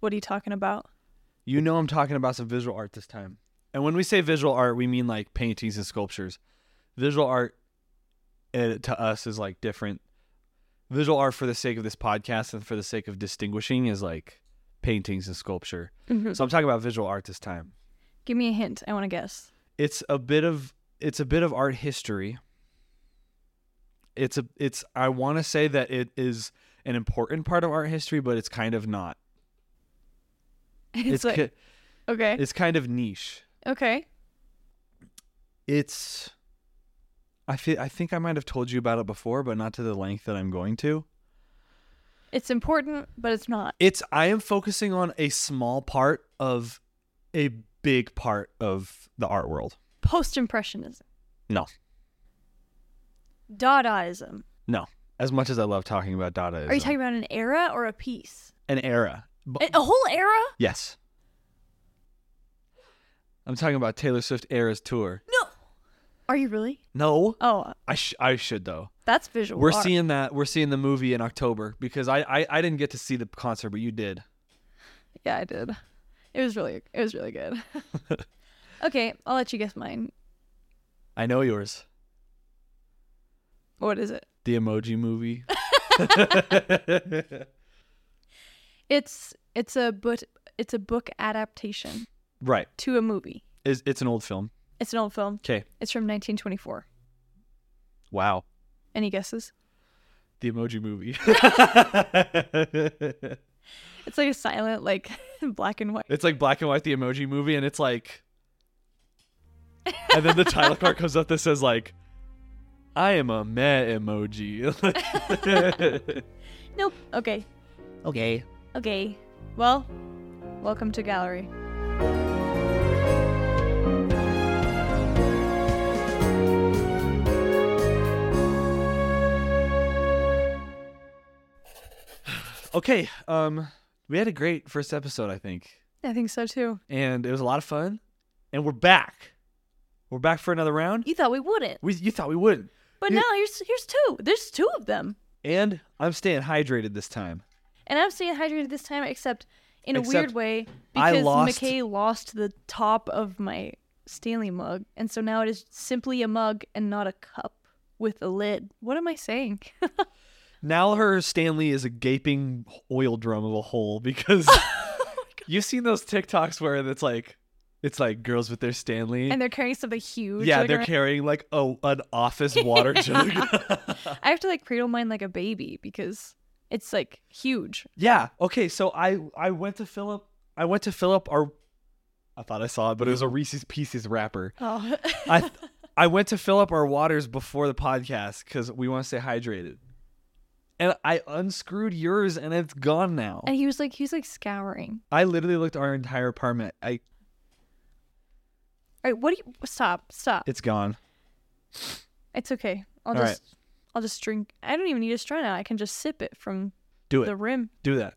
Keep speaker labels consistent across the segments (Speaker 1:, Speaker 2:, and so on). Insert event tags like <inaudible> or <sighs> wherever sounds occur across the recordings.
Speaker 1: What are you talking about?
Speaker 2: You know I'm talking about some visual art this time. And when we say visual art, we mean like paintings and sculptures. Visual art eh, to us is like different. Visual art for the sake of this podcast and for the sake of distinguishing is like paintings and sculpture.
Speaker 1: Mm-hmm.
Speaker 2: So I'm talking about visual art this time.
Speaker 1: Give me a hint. I want to guess. <laughs>
Speaker 2: It's a bit of it's a bit of art history. It's a it's I want to say that it is an important part of art history, but it's kind of not.
Speaker 1: It's,
Speaker 2: It's
Speaker 1: like
Speaker 2: ki-
Speaker 1: okay,
Speaker 2: it's kind of niche.
Speaker 1: okay.
Speaker 2: it's I feel I think I might have told you about it before, but not to the length that I'm going to.
Speaker 1: It's important, but it's not.
Speaker 2: It's I am focusing on a small part of a big part of the art world.
Speaker 1: Post impressionism,
Speaker 2: No.
Speaker 1: Dadaism.
Speaker 2: No. As much as I love talking about Dadaism.
Speaker 1: Are you talking about an era or a piece?
Speaker 2: an era? Bu-
Speaker 1: A, a whole era?
Speaker 2: yes. I'm talking about Taylor Swift Era's tour.
Speaker 1: No. Are you really?
Speaker 2: No.
Speaker 1: Oh,
Speaker 2: I sh- I should though.
Speaker 1: that's visual.
Speaker 2: We're
Speaker 1: art.
Speaker 2: seeing that. We're seeing the movie in October because I, I I didn't get to see the concert, but you did.
Speaker 1: Yeah, I did. It was really, it was really
Speaker 2: <laughs>
Speaker 1: good. okay, I'll let you guess mine.
Speaker 2: I know yours.
Speaker 1: What is it?
Speaker 2: The Emoji <laughs> Movie.
Speaker 1: It's it's a book it's a book adaptation
Speaker 2: right.
Speaker 1: to a movie.
Speaker 2: It's, it's an old film.
Speaker 1: It's an old film.
Speaker 2: Okay.
Speaker 1: It's from 1924.
Speaker 2: Wow.
Speaker 1: Any guesses?
Speaker 2: The Emoji <laughs> Movie.
Speaker 1: It's like a silent, like <laughs> black and white.
Speaker 2: it's like black and white. The Emoji Movie, and it's like, and then the title card comes up that says like, "I am a meh <laughs> emoji."
Speaker 1: Nope. Okay.
Speaker 2: okay.
Speaker 1: Okay. Well, welcome to gallery.
Speaker 2: Okay. Um, we had a great first episode, I think,
Speaker 1: I think so too.
Speaker 2: and it was a lot of fun. And we're back. We're back for another round.
Speaker 1: You thought we wouldn't,
Speaker 2: We you thought we wouldn't.
Speaker 1: but
Speaker 2: Yeah.
Speaker 1: now here's here's two. There's two of them,
Speaker 2: And I'm staying hydrated this time.
Speaker 1: and I'm staying hydrated this time, except in a
Speaker 2: Except
Speaker 1: weird way
Speaker 2: I
Speaker 1: because
Speaker 2: lost-
Speaker 1: McKay lost the top of my Stanley mug, and so now it is simply a mug and not a cup with a lid. What am I saying? <laughs>
Speaker 2: Now her Stanley is a gaping oil drum of a hole because you've seen those TikToks where it's like it's like girls with their Stanley.
Speaker 1: and they're carrying something huge.
Speaker 2: yeah,
Speaker 1: like,
Speaker 2: they're
Speaker 1: around-
Speaker 2: carrying like a an office water jug. <laughs>
Speaker 1: I have to like cradle mine like a baby because it's like huge.
Speaker 2: yeah. Okay, so I I went to Philip I went to Philip our I thought I saw it, but it was a Reese's Pieces wrapper.
Speaker 1: Oh,
Speaker 2: I I went to fill up our waters before the podcast because we want to stay hydrated. And I unscrewed yours and it's gone now.
Speaker 1: <laughs> and he was like, he was like scouring.
Speaker 2: I literally looked our entire apartment. I
Speaker 1: All right, what do you stop? Stop.
Speaker 2: it's gone.
Speaker 1: It's okay. I'll
Speaker 2: All right.
Speaker 1: just, I'll just drink. I don't even need a straw now. I can just sip it from
Speaker 2: Do it.
Speaker 1: the rim.
Speaker 2: Do that.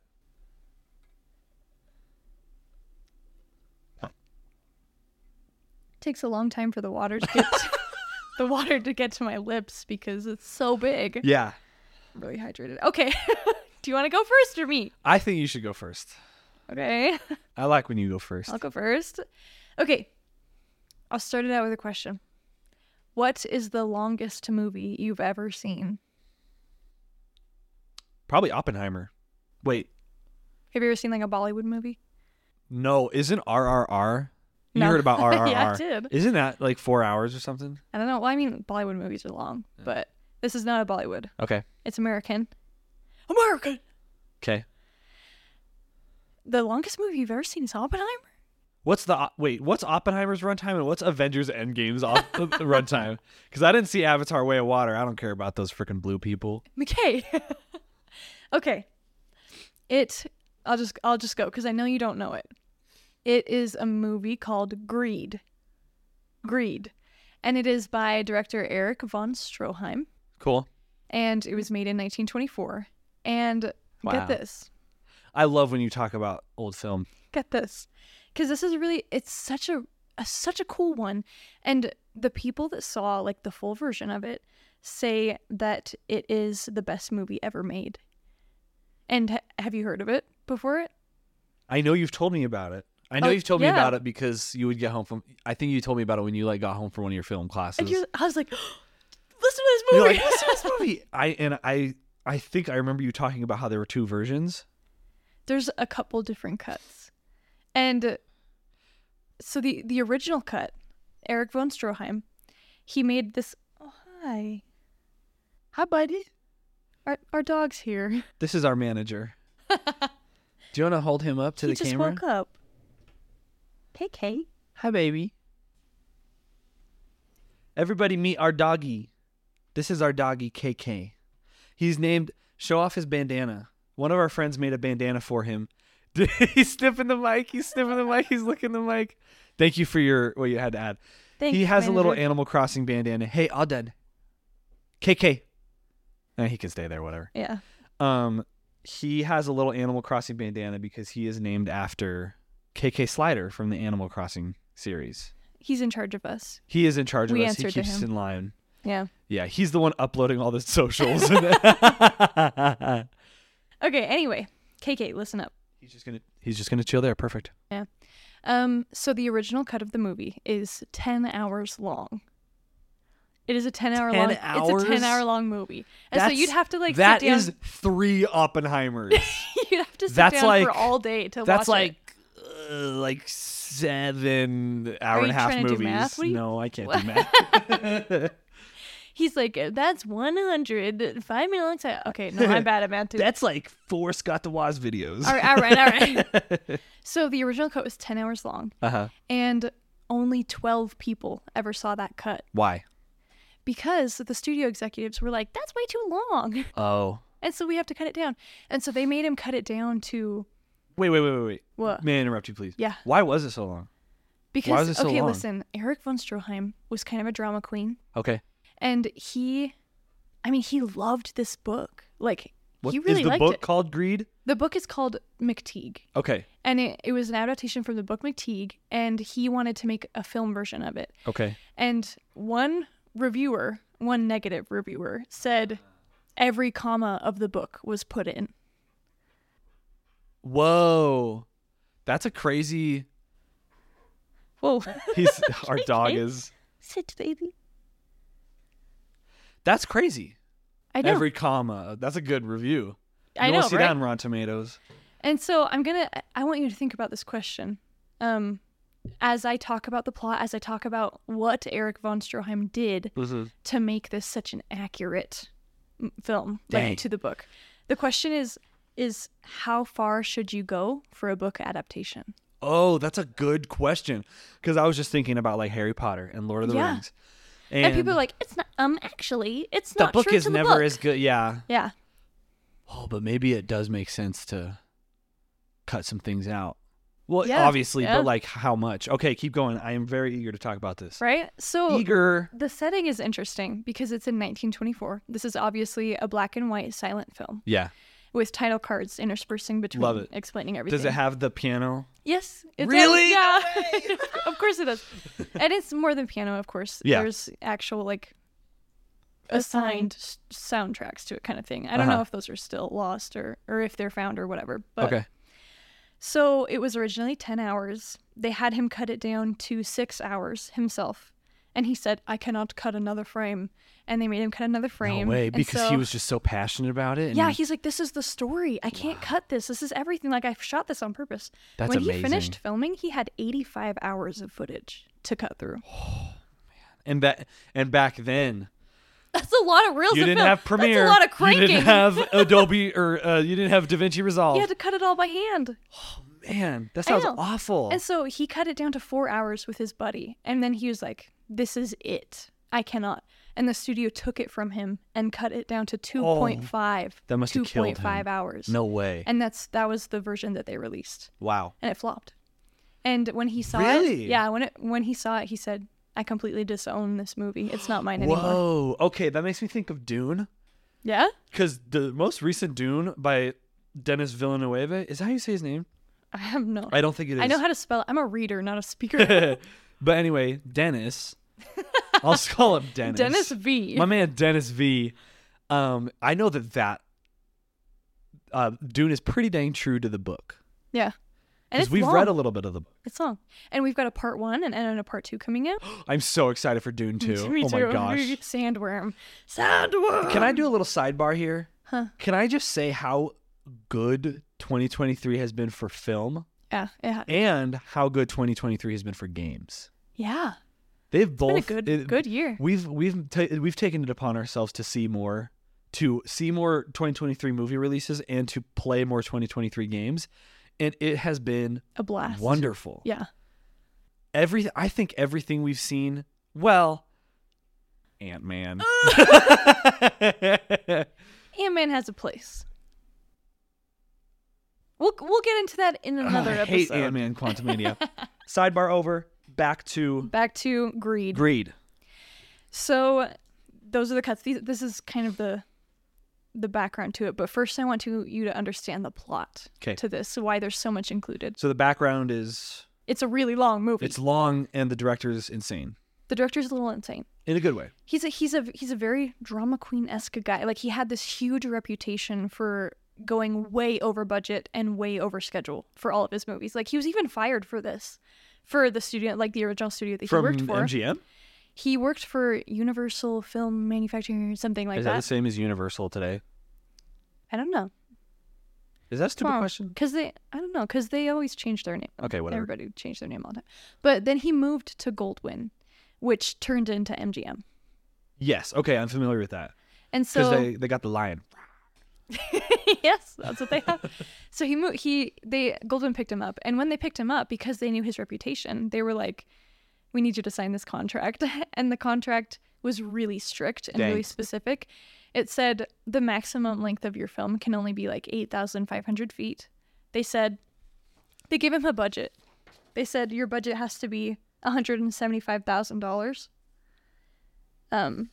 Speaker 1: takes a long time for the water to get
Speaker 2: <laughs>
Speaker 1: to, <laughs> the water to get to my lips because it's so big.
Speaker 2: Yeah.
Speaker 1: I'm really hydrated. Okay. <laughs> do you want to go first or me?
Speaker 2: I think you should go first.
Speaker 1: Okay.
Speaker 2: I like when you go
Speaker 1: <laughs>
Speaker 2: first.
Speaker 1: I'll go first. Okay. I'll start it out with a question. What is the longest movie you've ever seen?
Speaker 2: Probably Oppenheimer. Wait,
Speaker 1: Have you ever seen like a Bollywood movie?
Speaker 2: no, isn't RRR? You
Speaker 1: No.
Speaker 2: heard about RRR?
Speaker 1: <laughs> Yeah, I did.
Speaker 2: Isn't that like four hours or something?
Speaker 1: I don't know. Well, I mean, Bollywood movies are long, but this is not a Bollywood.
Speaker 2: Okay.
Speaker 1: It's American. American!
Speaker 2: Okay.
Speaker 1: The longest movie you've ever seen is Oppenheimer?
Speaker 2: What's the op- wait? What's Oppenheimer's runtime and what's Avengers
Speaker 1: <laughs>
Speaker 2: Endgame's op- runtime? Because I didn't see Avatar: Way of Water. I don't care about those freaking blue people.
Speaker 1: McKay. <laughs> okay. It I'll just I'll just go cuz I know you don't know it. It is a movie called Greed. Greed. And it is by director Eric von Stroheim
Speaker 2: Cool.
Speaker 1: and it was made in 1924. And
Speaker 2: Wow.
Speaker 1: get this.
Speaker 2: I love when you talk about old film.
Speaker 1: Get this. Cuz this is really it's such a, a such a cool one and the people that saw like the full version of it say that it is the best movie ever made. And ha- have you heard of it before it?
Speaker 2: I know you've told me about it. I know
Speaker 1: Oh,
Speaker 2: you've told
Speaker 1: yeah.
Speaker 2: me about it because you would get home from. I think you told me about it when you like got home from one of your film classes.
Speaker 1: And you I was like, <gasps> listen to this
Speaker 2: You're
Speaker 1: movie.
Speaker 2: like, "What's this movie?" I and I, I think I remember you talking about how there were two versions.
Speaker 1: <laughs> There's a couple different cuts. And uh, so the the original cut, Eric von Stroheim, he made this Oh, hi. Hi, buddy. Our our dog's here.
Speaker 2: This is our
Speaker 1: <laughs>
Speaker 2: manager. Do you want to hold him up to
Speaker 1: he
Speaker 2: the
Speaker 1: just
Speaker 2: camera?
Speaker 1: woke up. Hey, Kate.
Speaker 2: Hi, baby. Everybody meet our doggy. This is our doggy, KK. He's named Show Off His Bandana. One of our friends made a bandana for him. <laughs> he's sniffing the mic. He's sniffing the mic. He's looking the mic. Thank you for your what you had to add.
Speaker 1: Thanks,
Speaker 2: he has a little
Speaker 1: manager.
Speaker 2: Animal Crossing bandana. Hey, all dead. KK. Nah, he can stay there, whatever.
Speaker 1: Yeah.
Speaker 2: Um, he has a little Animal Crossing bandana because he is named after KK Slider from the Animal Crossing series.
Speaker 1: He's in charge of us.
Speaker 2: He is in charge of
Speaker 1: We
Speaker 2: us. He
Speaker 1: answered to
Speaker 2: keeps us
Speaker 1: him.
Speaker 2: in line.
Speaker 1: Yeah.
Speaker 2: Yeah, he's the one uploading all
Speaker 1: <laughs>
Speaker 2: the <laughs> socials.
Speaker 1: Okay, anyway, KK, listen up.
Speaker 2: he's just gonna he's just gonna chill there. Perfect.
Speaker 1: Um, so the original cut of the movie is ten hours long. It is a ten hour
Speaker 2: 10
Speaker 1: long. It's a ten
Speaker 2: hours?
Speaker 1: hour long movie, and so you'd
Speaker 2: That's-
Speaker 1: have to like
Speaker 2: that
Speaker 1: sit down.
Speaker 2: is three Oppenheimers.
Speaker 1: <laughs> you'd have to sit
Speaker 2: that's
Speaker 1: down
Speaker 2: like-
Speaker 1: for all day to watch
Speaker 2: That's
Speaker 1: it.
Speaker 2: like uh, like seven hour
Speaker 1: Are
Speaker 2: and
Speaker 1: you
Speaker 2: a half
Speaker 1: trying to do
Speaker 2: movies.
Speaker 1: math? What are you-
Speaker 2: No, I can't
Speaker 1: What?
Speaker 2: do
Speaker 1: <laughs>
Speaker 2: math. <laughs>
Speaker 1: He's like, that's one hundred five minute long time. Okay, no,
Speaker 2: <laughs>
Speaker 1: I'm bad at math too.
Speaker 2: that's like four Scott DeWaz videos. <laughs>
Speaker 1: all right, all right, all right. <laughs> so the original cut was ten hours long,
Speaker 2: Uh huh.
Speaker 1: and only twelve people ever saw that cut
Speaker 2: Why?
Speaker 1: because the studio executives were like, that's way too long, <laughs>
Speaker 2: Oh.
Speaker 1: and so we have to cut it down. And so they made him cut it down to
Speaker 2: Wait, wait, wait, wait, wait.
Speaker 1: what?
Speaker 2: May I interrupt you, please?
Speaker 1: Yeah.
Speaker 2: Why was it so long?
Speaker 1: Because
Speaker 2: is it so
Speaker 1: okay,
Speaker 2: long?
Speaker 1: listen, Eric von Stroheim was kind of a drama queen,
Speaker 2: Okay.
Speaker 1: and he, I mean, he loved this book. Like
Speaker 2: What
Speaker 1: he
Speaker 2: is
Speaker 1: really
Speaker 2: the
Speaker 1: liked
Speaker 2: book
Speaker 1: it.
Speaker 2: called Greed?
Speaker 1: The book is called McTeague,
Speaker 2: Okay.
Speaker 1: and it, it was an adaptation from the book McTeague, and he wanted to make a film version of it.
Speaker 2: Okay.
Speaker 1: And one reviewer, one negative reviewer, said every comma of the book was put in.
Speaker 2: Whoa. That's a crazy.
Speaker 1: <laughs> Whoa,
Speaker 2: He's our dog is.
Speaker 1: sit baby.
Speaker 2: That's crazy.
Speaker 1: I know.
Speaker 2: Every comma. That's a good review.
Speaker 1: I
Speaker 2: you
Speaker 1: know,
Speaker 2: won't see
Speaker 1: right?
Speaker 2: that on Rotten Tomatoes.
Speaker 1: And so I'm gonna. I- I want you to think about this question, um, as I talk about the plot, as I talk about what Eric von Stroheim did to make this such an accurate m- film,
Speaker 2: Dang.
Speaker 1: like to the book. The question is, is how far should you go for a book adaptation?
Speaker 2: Oh, that's a good question. Because I was just thinking about like Harry Potter and Lord of the
Speaker 1: Yeah.
Speaker 2: Rings.
Speaker 1: And, people are like, it's not. Um, actually, it's
Speaker 2: the
Speaker 1: not
Speaker 2: book
Speaker 1: true
Speaker 2: is
Speaker 1: to the
Speaker 2: never
Speaker 1: book."
Speaker 2: as good. Yeah.
Speaker 1: Yeah,
Speaker 2: Oh, but maybe it does make sense to cut some things out. Well,
Speaker 1: Yeah,
Speaker 2: obviously,
Speaker 1: yeah.
Speaker 2: but like how much? Okay, keep going. I am very eager to talk about this.
Speaker 1: right. So
Speaker 2: Eager.
Speaker 1: the setting is interesting because it's in 1924. This is obviously a black and white silent film.
Speaker 2: Yeah.
Speaker 1: with title cards interspersing between
Speaker 2: Love it.
Speaker 1: explaining everything.
Speaker 2: Does it have the piano?
Speaker 1: Yes. It's
Speaker 2: Really? No
Speaker 1: yeah. <laughs> of course it does. And it's more than piano, of course.
Speaker 2: Yeah.
Speaker 1: There's actual like assigned s- soundtracks to it kind of thing. I don't
Speaker 2: Uh-huh.
Speaker 1: know if those are still lost or or if they're found or whatever. But
Speaker 2: okay.
Speaker 1: so it was originally 10 hours. They had him cut it down to 6 hours himself. And he said, "I cannot cut another frame." And they made him cut another frame.
Speaker 2: No way,
Speaker 1: And
Speaker 2: because he
Speaker 1: so-
Speaker 2: was just so passionate about it. and
Speaker 1: yeah, he's like, this is the story. I can't cut this. This is everything. Like, I shot this on purpose.
Speaker 2: That's
Speaker 1: when he
Speaker 2: amazing.
Speaker 1: finished filming, he had 85 hours of footage to cut through.
Speaker 2: and ba- and back then
Speaker 1: That's a lot of reels
Speaker 2: you
Speaker 1: of
Speaker 2: didn't
Speaker 1: film.
Speaker 2: have Premiere.
Speaker 1: That's a lot of
Speaker 2: You
Speaker 1: cranking. <laughs>
Speaker 2: didn't have Adobe or uh, you didn't have DaVinci Resolve.
Speaker 1: He had to cut it all by hand.
Speaker 2: Man, that
Speaker 1: I
Speaker 2: sounds
Speaker 1: know.
Speaker 2: awful.
Speaker 1: And so he cut it down to four hours with his buddy. And then he was like, this is it. I cannot. And the studio took it from him and cut it down to 2.5.
Speaker 2: Oh, that must have killed him.
Speaker 1: 2.5 hours.
Speaker 2: no way.
Speaker 1: And that's that was the version that they released.
Speaker 2: wow.
Speaker 1: and it flopped. And when he saw
Speaker 2: Really?
Speaker 1: it, yeah, when it when he saw it, he said, "I completely disown this movie. It's not mine anymore."
Speaker 2: Whoa. Okay, that makes me think of Dune
Speaker 1: Yeah,
Speaker 2: because the most recent Dune by Dennis Villeneuve is that how you say his name?
Speaker 1: I have no.
Speaker 2: I don't think it is.
Speaker 1: I know how to spell. it. I'm a reader, not a speaker.
Speaker 2: <laughs> but anyway, Dennis. I'll just call him
Speaker 1: <laughs>
Speaker 2: Dennis.
Speaker 1: Dennis V.
Speaker 2: my man Dennis V. Um, I know that that uh, Dune is pretty dang true to the book.
Speaker 1: yeah, And it's
Speaker 2: we've
Speaker 1: long.
Speaker 2: read a little bit of the book.
Speaker 1: It's long, and we've got a part one and, and a part two coming out.
Speaker 2: I'm so excited for <laughs> Dune
Speaker 1: <laughs>
Speaker 2: 2.
Speaker 1: Me
Speaker 2: oh my
Speaker 1: too.
Speaker 2: gosh.
Speaker 1: Sandworm, sandworm.
Speaker 2: Can I do a little sidebar here?
Speaker 1: Huh.
Speaker 2: Can I just say how good 2023 has been for film
Speaker 1: Yeah, yeah,
Speaker 2: and how good 2023 has been for games?
Speaker 1: yeah.
Speaker 2: They've
Speaker 1: It's
Speaker 2: both
Speaker 1: been a good,
Speaker 2: it-
Speaker 1: good year.
Speaker 2: We've we've ta- we've taken it upon ourselves to see more to see more 2023 movie releases and to play more 2023 games and it has been
Speaker 1: A blast.
Speaker 2: wonderful.
Speaker 1: Yeah,
Speaker 2: Every I think everything we've seen, well, Ant-Man.
Speaker 1: Ant Man has a place. We'll we'll get into that in <laughs> another
Speaker 2: I hate
Speaker 1: episode. <laughs>
Speaker 2: Ant-Man Quantumania. Sidebar over, back to
Speaker 1: Back to greed.
Speaker 2: greed.
Speaker 1: So those are the cuts. These, this is kind of the the background to it. But first, I want to you to understand the plot
Speaker 2: 'Kay.
Speaker 1: to this, why there's so much included.
Speaker 2: So the background is
Speaker 1: It's a really long movie.
Speaker 2: it's long and the director is insane
Speaker 1: the director's a little insane.
Speaker 2: in a good way.
Speaker 1: He's a he's a he's a very drama queen esque guy. Like he had this huge reputation for going way over budget and way over schedule for all of his movies. Like he was even fired for this, for the studio, like the original studio that
Speaker 2: From
Speaker 1: he worked for.
Speaker 2: MGM?
Speaker 1: He worked for Universal Film Manufacturing or something like
Speaker 2: is that the
Speaker 1: that.
Speaker 2: same as Universal today?
Speaker 1: I don't know.
Speaker 2: Is that a stupid question?
Speaker 1: Because they, I don't know, because they always change their name.
Speaker 2: Okay, whatever.
Speaker 1: Everybody changed their name all the time. But then he moved to Goldwyn, which turned into MGM.
Speaker 2: Yes. Okay, I'm familiar with that.
Speaker 1: And
Speaker 2: Because
Speaker 1: so
Speaker 2: they, they got the lion.
Speaker 1: <laughs> yes, that's what they have. so he moved. He they Goldwyn picked him up, and when they picked him up, because they knew his reputation, they were like, "We need you to sign this contract." <laughs> and the contract was really strict and
Speaker 2: Dang.
Speaker 1: really specific. It said the maximum length of your film can only be like eight thousand five hundred feet. They said they gave him a budget. They said your budget has to be one hundred and seventy-five thousand dollars. Um,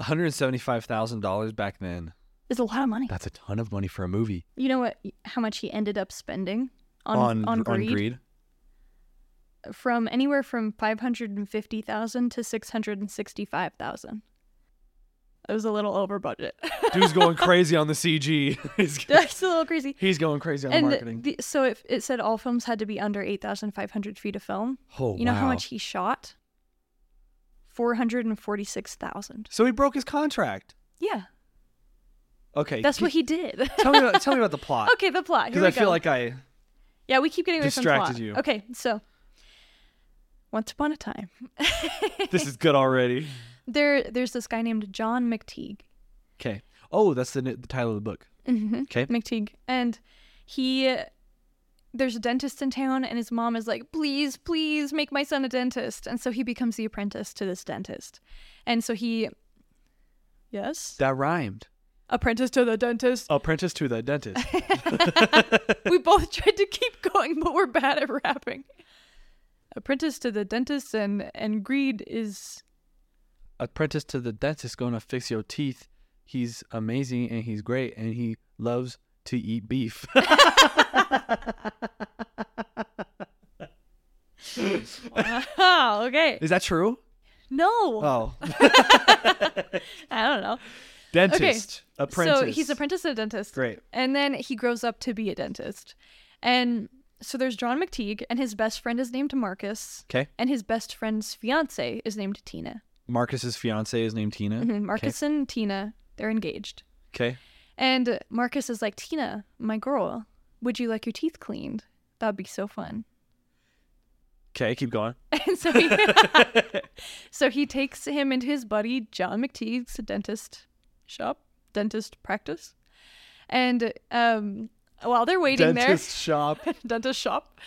Speaker 2: $175,000 back then.
Speaker 1: it's a lot of money.
Speaker 2: That's a ton of money for a movie.
Speaker 1: You know what? How much he ended up spending on on, greed? <laughs> from anywhere from 550,000 to 665,000. It was a little over budget.
Speaker 2: <laughs> Dude's going crazy on the CG. <laughs> he's,
Speaker 1: <laughs> That's a little crazy.
Speaker 2: he's going crazy on the marketing.
Speaker 1: And the, so it, it said all films had to be under 8,500 feet of film.
Speaker 2: oh,
Speaker 1: you know how
Speaker 2: wow.
Speaker 1: much he shot? 446,000.
Speaker 2: So he broke his contract.
Speaker 1: Yeah,
Speaker 2: Okay.
Speaker 1: that's
Speaker 2: t-
Speaker 1: what he did.
Speaker 2: tell me
Speaker 1: <laughs>
Speaker 2: about tell me about the plot.
Speaker 1: okay, the plot. Here
Speaker 2: Because
Speaker 1: we
Speaker 2: I feel
Speaker 1: go.
Speaker 2: like I
Speaker 1: Yeah, we keep getting away
Speaker 2: Distracted
Speaker 1: from
Speaker 2: you.
Speaker 1: plot. Okay, so once upon a time, <laughs>
Speaker 2: this is good already.
Speaker 1: there there's this guy named John McTeague.
Speaker 2: <laughs> Okay. Oh, that's the, n- the title of the book.
Speaker 1: Mm-hmm.
Speaker 2: 'Kay.
Speaker 1: McTeague. And he, there's a dentist in town, and his mom is like, please, please make my son a dentist. And so he becomes the apprentice to this dentist. And so he, yes,
Speaker 2: That rhymed.
Speaker 1: apprentice to the dentist.
Speaker 2: Apprentice to the dentist.
Speaker 1: we both <laughs> tried to keep going, but we're bad at rapping. Apprentice to the dentist, and and greed is
Speaker 2: Apprentice to the dentist going to fix your teeth. He's amazing and he's great and he loves to eat beef. <laughs>
Speaker 1: wow. <laughs> Okay.
Speaker 2: is that true?
Speaker 1: No,
Speaker 2: Oh,
Speaker 1: I don't know.
Speaker 2: <laughs> dentist. Apprentice.
Speaker 1: So he's apprentice to a dentist.
Speaker 2: Great.
Speaker 1: And then he grows up to be a dentist. And so there's John McTeague, and his best friend is named Marcus,
Speaker 2: Okay.
Speaker 1: and his best friend's fiance is named Tina.
Speaker 2: Marcus's fiance is named Tina.
Speaker 1: Mhm, Marcus and Tina, they're engaged.
Speaker 2: Okay.
Speaker 1: And Marcus is like, Tina, my girl, would you like your teeth cleaned? That'd be so fun.
Speaker 2: Okay. Keep going.
Speaker 1: <laughs> And so he, so he takes him into his buddy John McTeague's dentist shop, dentist practice. And um, while they're waiting there,
Speaker 2: Dentist shop.
Speaker 1: <laughs> dentist shop.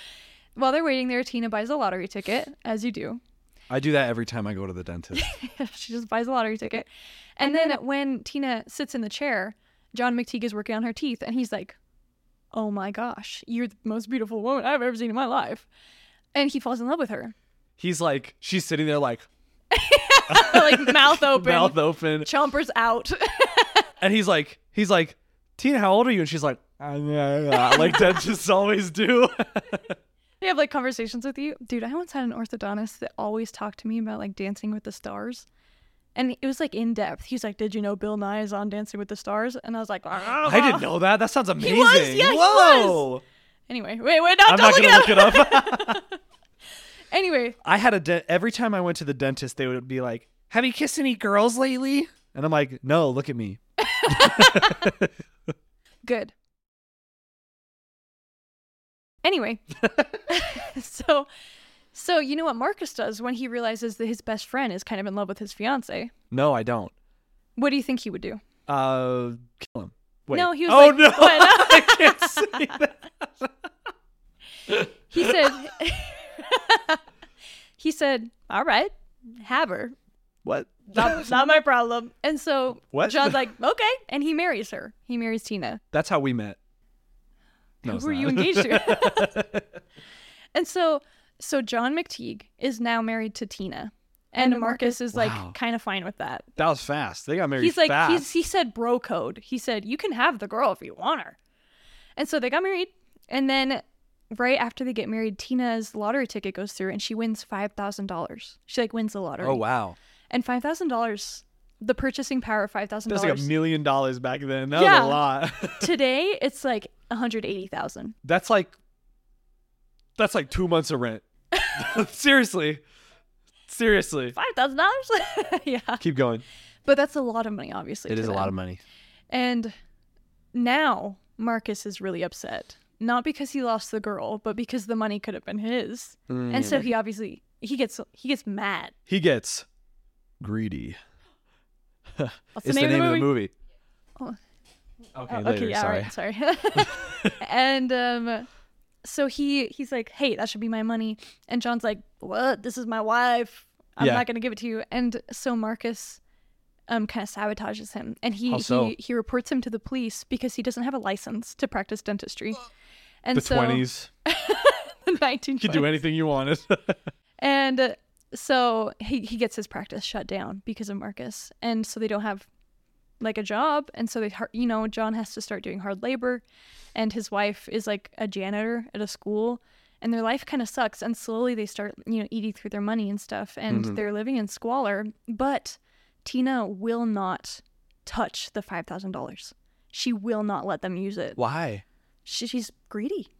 Speaker 1: While they're waiting there, Tina buys a lottery ticket, as you do. <laughs>
Speaker 2: I do that every time I go to the dentist.
Speaker 1: she just buys a lottery ticket. And then when Tina sits in the chair, John McTeague is working on her teeth, and he's like, Oh my gosh, you're the most beautiful woman I've ever seen in my life. And he falls in love with her,
Speaker 2: He's like, she's sitting there like
Speaker 1: like <laughs> mouth open,
Speaker 2: mouth open,
Speaker 1: chompers out.
Speaker 2: and he's like, he's like, Tina, how old are you? And she's like, "Ah, yeah, yeah," <laughs> like dentists always do. <laughs>
Speaker 1: they have like conversations with you. Dude, I once had an orthodontist that always talked to me about like Dancing with the Stars. And it was like in depth. He's like, Did you know Bill Nye is on Dancing with the Stars? And I was like, "Ah."
Speaker 2: I didn't know that. That sounds amazing.
Speaker 1: was, yeah, he
Speaker 2: Whoa.
Speaker 1: Anyway, wait, wait, no,
Speaker 2: I'm
Speaker 1: don't look
Speaker 2: not gonna
Speaker 1: it up.
Speaker 2: look it up.
Speaker 1: anyway,
Speaker 2: I had a de- every time I went to the dentist, they would be like, "Have you kissed any girls lately?" And I'm like, "No, look at me."
Speaker 1: good.
Speaker 2: <laughs>
Speaker 1: Anyway, <laughs> so so you know what Marcus does when he realizes that his best friend is kind of in love with his fiance?
Speaker 2: No, I don't.
Speaker 1: What do you think he would do?
Speaker 2: Uh, kill him. Wait.
Speaker 1: No, he was
Speaker 2: Oh
Speaker 1: like-
Speaker 2: no,
Speaker 1: what?
Speaker 2: <laughs> I can't say that.
Speaker 1: He said
Speaker 2: <laughs>
Speaker 1: <laughs> He said, "All right, have her.
Speaker 2: What? <laughs>
Speaker 1: Not, not my problem." And so
Speaker 2: What?
Speaker 1: John's like, "Okay," and he marries her. He marries Tina.
Speaker 2: That's how we met.
Speaker 1: Who
Speaker 2: No, it's
Speaker 1: were
Speaker 2: not. <laughs>
Speaker 1: you engaged to? <laughs> and so, so John McTeague is now married to Tina, and, Marcus is
Speaker 2: Wow.
Speaker 1: like kind of fine with that.
Speaker 2: that was fast. They got married.
Speaker 1: he's like,
Speaker 2: fast.
Speaker 1: he's he said bro code. He said you can have the girl if you want her, and so they got married. And then, right after they get married, Tina's lottery ticket goes through, and she wins five thousand dollars. She like wins the lottery.
Speaker 2: oh wow,
Speaker 1: And five thousand dollars, the purchasing power of five thousand
Speaker 2: that's like a
Speaker 1: dollars.
Speaker 2: million dollars back then. That
Speaker 1: Yeah.
Speaker 2: was a lot. <laughs>
Speaker 1: Today, it's like one hundred eighty thousand.
Speaker 2: that's like that's like two months of rent. <laughs> Seriously, seriously.
Speaker 1: Five thousand dollars. <laughs> Yeah.
Speaker 2: Keep going.
Speaker 1: But that's a lot of money, obviously.
Speaker 2: It
Speaker 1: to
Speaker 2: is a
Speaker 1: them.
Speaker 2: lot of money.
Speaker 1: And now Marcus is really upset. Not because he lost the girl, but because the money could have been his.
Speaker 2: Mm.
Speaker 1: And so he obviously he gets he gets mad.
Speaker 2: he gets greedy.
Speaker 1: What's
Speaker 2: it's the name, of the movie.
Speaker 1: Oh.
Speaker 2: Okay,
Speaker 1: Oh,
Speaker 2: later.
Speaker 1: okay, yeah,
Speaker 2: sorry.
Speaker 1: alright, sorry.
Speaker 2: <laughs>
Speaker 1: <laughs> and um so he he's like, Hey, that should be my money and John's like, What? This is my wife. I'm
Speaker 2: Yeah.
Speaker 1: not gonna give it to you. And so Marcus um kind of sabotages him and he,
Speaker 2: How so?
Speaker 1: he he reports him to the police because he doesn't have a license to practice dentistry. And
Speaker 2: The
Speaker 1: so
Speaker 2: twenties.
Speaker 1: <laughs> the 1920s.
Speaker 2: You could do anything you wanted. <laughs>
Speaker 1: And uh, so he, he gets his practice shut down because of Marcus. And so they don't have like a job. And so they, har- you know, John has to start doing hard labor. And his wife is like a janitor at a school. And their life kind of sucks. And slowly they start, you know, eating through their money and stuff. And
Speaker 2: Mhm.
Speaker 1: they're living in squalor. But Tina will not touch the $5,000. She will not let them use it.
Speaker 2: Why?
Speaker 1: She, she's greedy.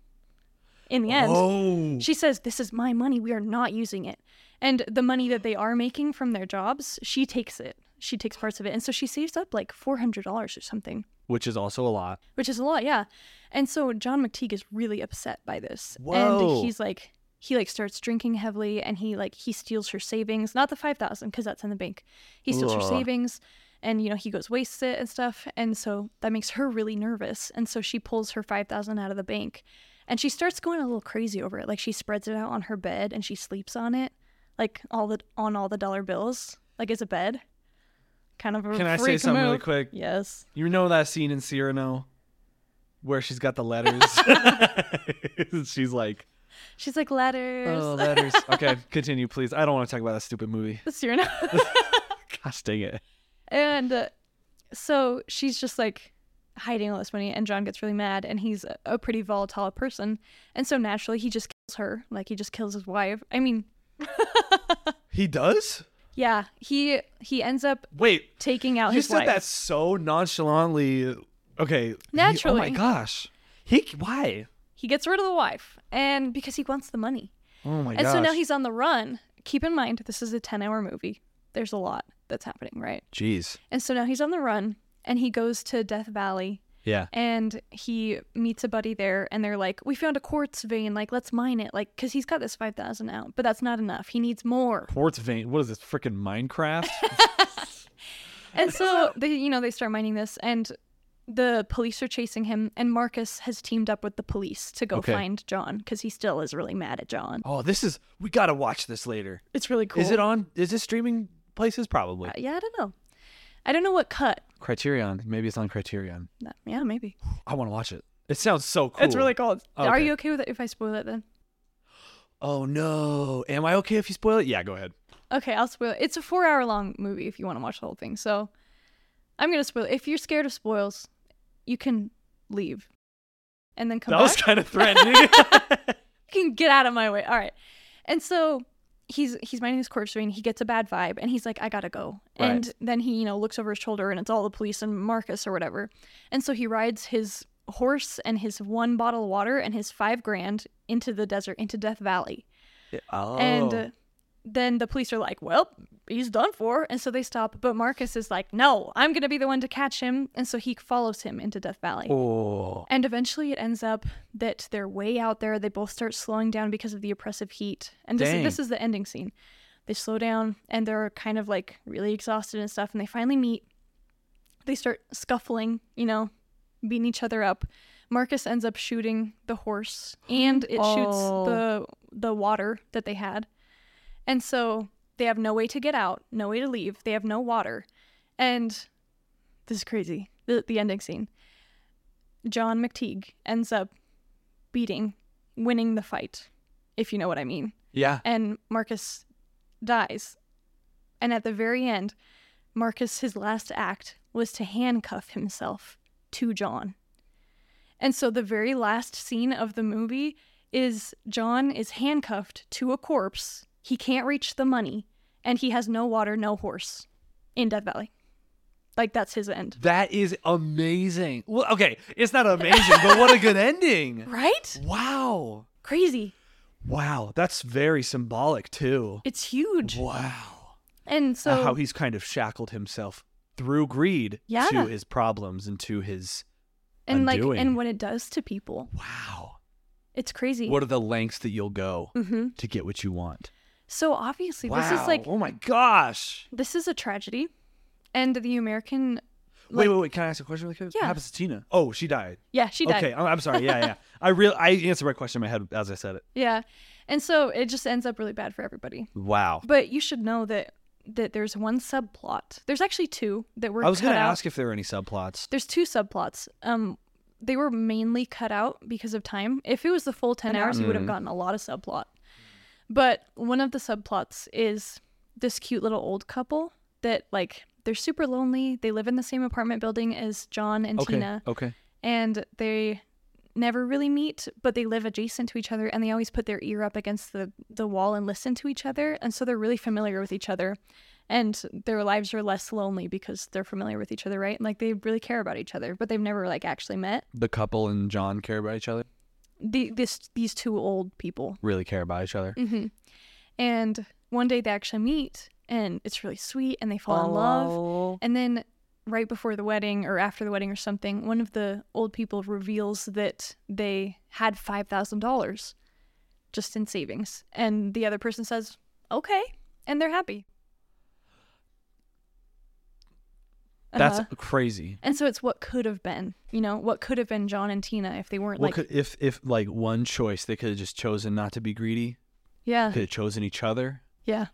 Speaker 1: In the end,
Speaker 2: oh.
Speaker 1: she says, This is my money. We are not using it. And the money that they are making from their jobs, she takes it. She takes parts of it. And so she saves up like $400 or something,
Speaker 2: Which is also a lot.
Speaker 1: which is a lot. Yeah. And so John McTeague is really upset by this.
Speaker 2: Whoa.
Speaker 1: And he's like, he like starts drinking heavily and he like he steals her savings not the 5000 because that's in the bank he steals her
Speaker 2: Ugh.
Speaker 1: savings and you know he goes wastes it and stuff and so that makes her really nervous and so she pulls her 5000 out of the bank and she starts going a little crazy over it like she spreads it out on her bed and she sleeps on it like all the on all the dollar bills like as a bed kind of a
Speaker 2: Can I say
Speaker 1: freak
Speaker 2: something
Speaker 1: move.
Speaker 2: really quick?
Speaker 1: yes
Speaker 2: You know that scene in Cyrano where she's got
Speaker 1: <laughs>
Speaker 2: the letters? <laughs> she's like,
Speaker 1: she's like letters
Speaker 2: oh, letters. Okay, continue, please. I don't want to talk about that stupid movie.
Speaker 1: Cyrano.
Speaker 2: Gosh dang it.
Speaker 1: <laughs> And uh, so she's just like hiding all this money, and John gets really mad, and he's a, a pretty volatile person. And so naturally, he just kills her. Like, he just kills his wife. I mean,
Speaker 2: He does?
Speaker 1: yeah, he he ends up
Speaker 2: Wait,
Speaker 1: taking out Oh,
Speaker 2: you
Speaker 1: his
Speaker 2: said
Speaker 1: wife.
Speaker 2: that so nonchalantly. Okay. he- oh
Speaker 1: Naturally.
Speaker 2: my gosh. He why?
Speaker 1: He gets rid of the wife, and because he wants the money.
Speaker 2: Oh my
Speaker 1: and
Speaker 2: gosh.
Speaker 1: so now he's on the run. Keep in mind, this is a 10 hour movie. There's a lot that's happening, right?
Speaker 2: Jeez.
Speaker 1: And so now he's on the run, and he goes to Death Valley
Speaker 2: Yeah.
Speaker 1: and he meets a buddy there and they're like we found a quartz vein like let's mine it like because he's got this 5000 out but that's not enough he needs more
Speaker 2: Quartz vein. What is this freaking Minecraft?
Speaker 1: and <laughs> so they you know they start mining this and the police are chasing him and marcus has teamed up with the police to go
Speaker 2: Okay.
Speaker 1: find john because he still is really mad at john
Speaker 2: <laughs> oh, this is we got to watch this later.
Speaker 1: it's really cool
Speaker 2: Is it on is this streaming places probably?
Speaker 1: Uh, yeah i don't know i don't know what cut
Speaker 2: Criterion. Maybe it's on Criterion.
Speaker 1: No, yeah maybe
Speaker 2: I want to watch it. It sounds so cool.
Speaker 1: it's really cool are
Speaker 2: Okay.
Speaker 1: you okay with it if i spoil it then
Speaker 2: Oh no. Am I okay if you spoil it? Yeah, go ahead.
Speaker 1: Okay, I'll spoil it. It's a four hour long movie if you want to watch the whole thing. So I'm going to spoil it. If you're scared of spoils, you can leave and then come
Speaker 2: that
Speaker 1: back.
Speaker 2: was kind of
Speaker 1: <laughs>
Speaker 2: threatening.
Speaker 1: you can get out of my way. All right. And so he's he's minding his corpse vein. He gets a bad vibe and he's like, I got to go.
Speaker 2: Right.
Speaker 1: And then he, you know, looks over his shoulder and it's all the police and Marcus or whatever. And so he rides his horse and his one bottle of water and his five grand into the desert, into Death Valley.
Speaker 2: Oh.
Speaker 1: And uh, then the police are like, well, he's done for. And so they stop. But Marcus is like, no, I'm going to be the one to catch him. And so he follows him into Death Valley.
Speaker 2: oh.
Speaker 1: And eventually it ends up that they're way out there. They both start slowing down because of the oppressive heat. And this,
Speaker 2: Dang.
Speaker 1: this is the ending scene. They slow down and they're kind of like really exhausted and stuff. And they finally meet. They start scuffling, you know, beating each other up. Marcus ends up shooting the horse and it
Speaker 2: Oh.
Speaker 1: shoots the the water that they had. And so they have no way to get out, no way to leave. They have no water. And this is crazy. The, the ending scene. John McTeague ends up beating, winning the fight, if you know what I mean.
Speaker 2: Yeah.
Speaker 1: And Marcus dies. And at the very end, Marcus, his last act was to handcuff himself to John. And so the very last scene of the movie is John is handcuffed to a corpse. He can't reach the money, and he has no water, no horse in Death Valley. Like, that's his end.
Speaker 2: That is amazing. Well, okay, it's not amazing, but what
Speaker 1: <laughs>
Speaker 2: a good ending.
Speaker 1: Right?
Speaker 2: Wow.
Speaker 1: Crazy.
Speaker 2: Wow. That's very symbolic, too.
Speaker 1: It's huge.
Speaker 2: Wow.
Speaker 1: And so
Speaker 2: Uh, How he's kind of shackled himself through greed
Speaker 1: Yeah.
Speaker 2: to his problems and to his.
Speaker 1: and
Speaker 2: undoing.
Speaker 1: like and what it does to people.
Speaker 2: Wow.
Speaker 1: It's crazy.
Speaker 2: What are the lengths that you'll go
Speaker 1: hmm
Speaker 2: to get what you want?
Speaker 1: So obviously
Speaker 2: wow.
Speaker 1: this is like
Speaker 2: oh my gosh.
Speaker 1: this is a tragedy and the American
Speaker 2: wait,
Speaker 1: like-
Speaker 2: wait, wait. Can I ask a question really quick? What
Speaker 1: Yeah.
Speaker 2: happens to Tina? Oh, she died.
Speaker 1: yeah, she died.
Speaker 2: Okay, I'm, I'm sorry. Yeah, <laughs> yeah. I real I answered my question in my head as I said it.
Speaker 1: Yeah. And so it just ends up really bad for everybody.
Speaker 2: Wow.
Speaker 1: But you should know that that there's one subplot. There's actually two that were
Speaker 2: I was
Speaker 1: cut
Speaker 2: gonna
Speaker 1: out.
Speaker 2: ask if there were any subplots.
Speaker 1: There's two subplots. Um they were mainly cut out because of time. If it was the full 10 hours, you would have
Speaker 2: Mhm.
Speaker 1: gotten a lot of subplot. But one of the subplots is this cute little old couple that like they're super lonely. They live in the same apartment building as John and
Speaker 2: Okay.
Speaker 1: Tina.
Speaker 2: Okay.
Speaker 1: and they never really meet, but they live adjacent to each other and they always put their ear up against the, the wall and listen to each other. And so they're really familiar with each other and their lives are less lonely because they're familiar with each other, right? And like they really care about each other, but they've never like actually met.
Speaker 2: The couple and John care about each other.
Speaker 1: The, this these two old people.
Speaker 2: Really care about each other.
Speaker 1: hmm And one day they actually meet and it's really sweet and they fall in love.
Speaker 2: Oh.
Speaker 1: And then right before the wedding or after the wedding or something, one of the old people reveals that they had $5,000 just in savings. And the other person says, okay. And they're happy.
Speaker 2: That's
Speaker 1: Uh-huh.
Speaker 2: crazy.
Speaker 1: And so it's what could have been, you know, what could have been John and Tina if they weren't
Speaker 2: Well,
Speaker 1: like,
Speaker 2: could, if if like one choice, they could have just chosen not to be greedy.
Speaker 1: yeah,
Speaker 2: Could have chosen each other.
Speaker 1: yeah.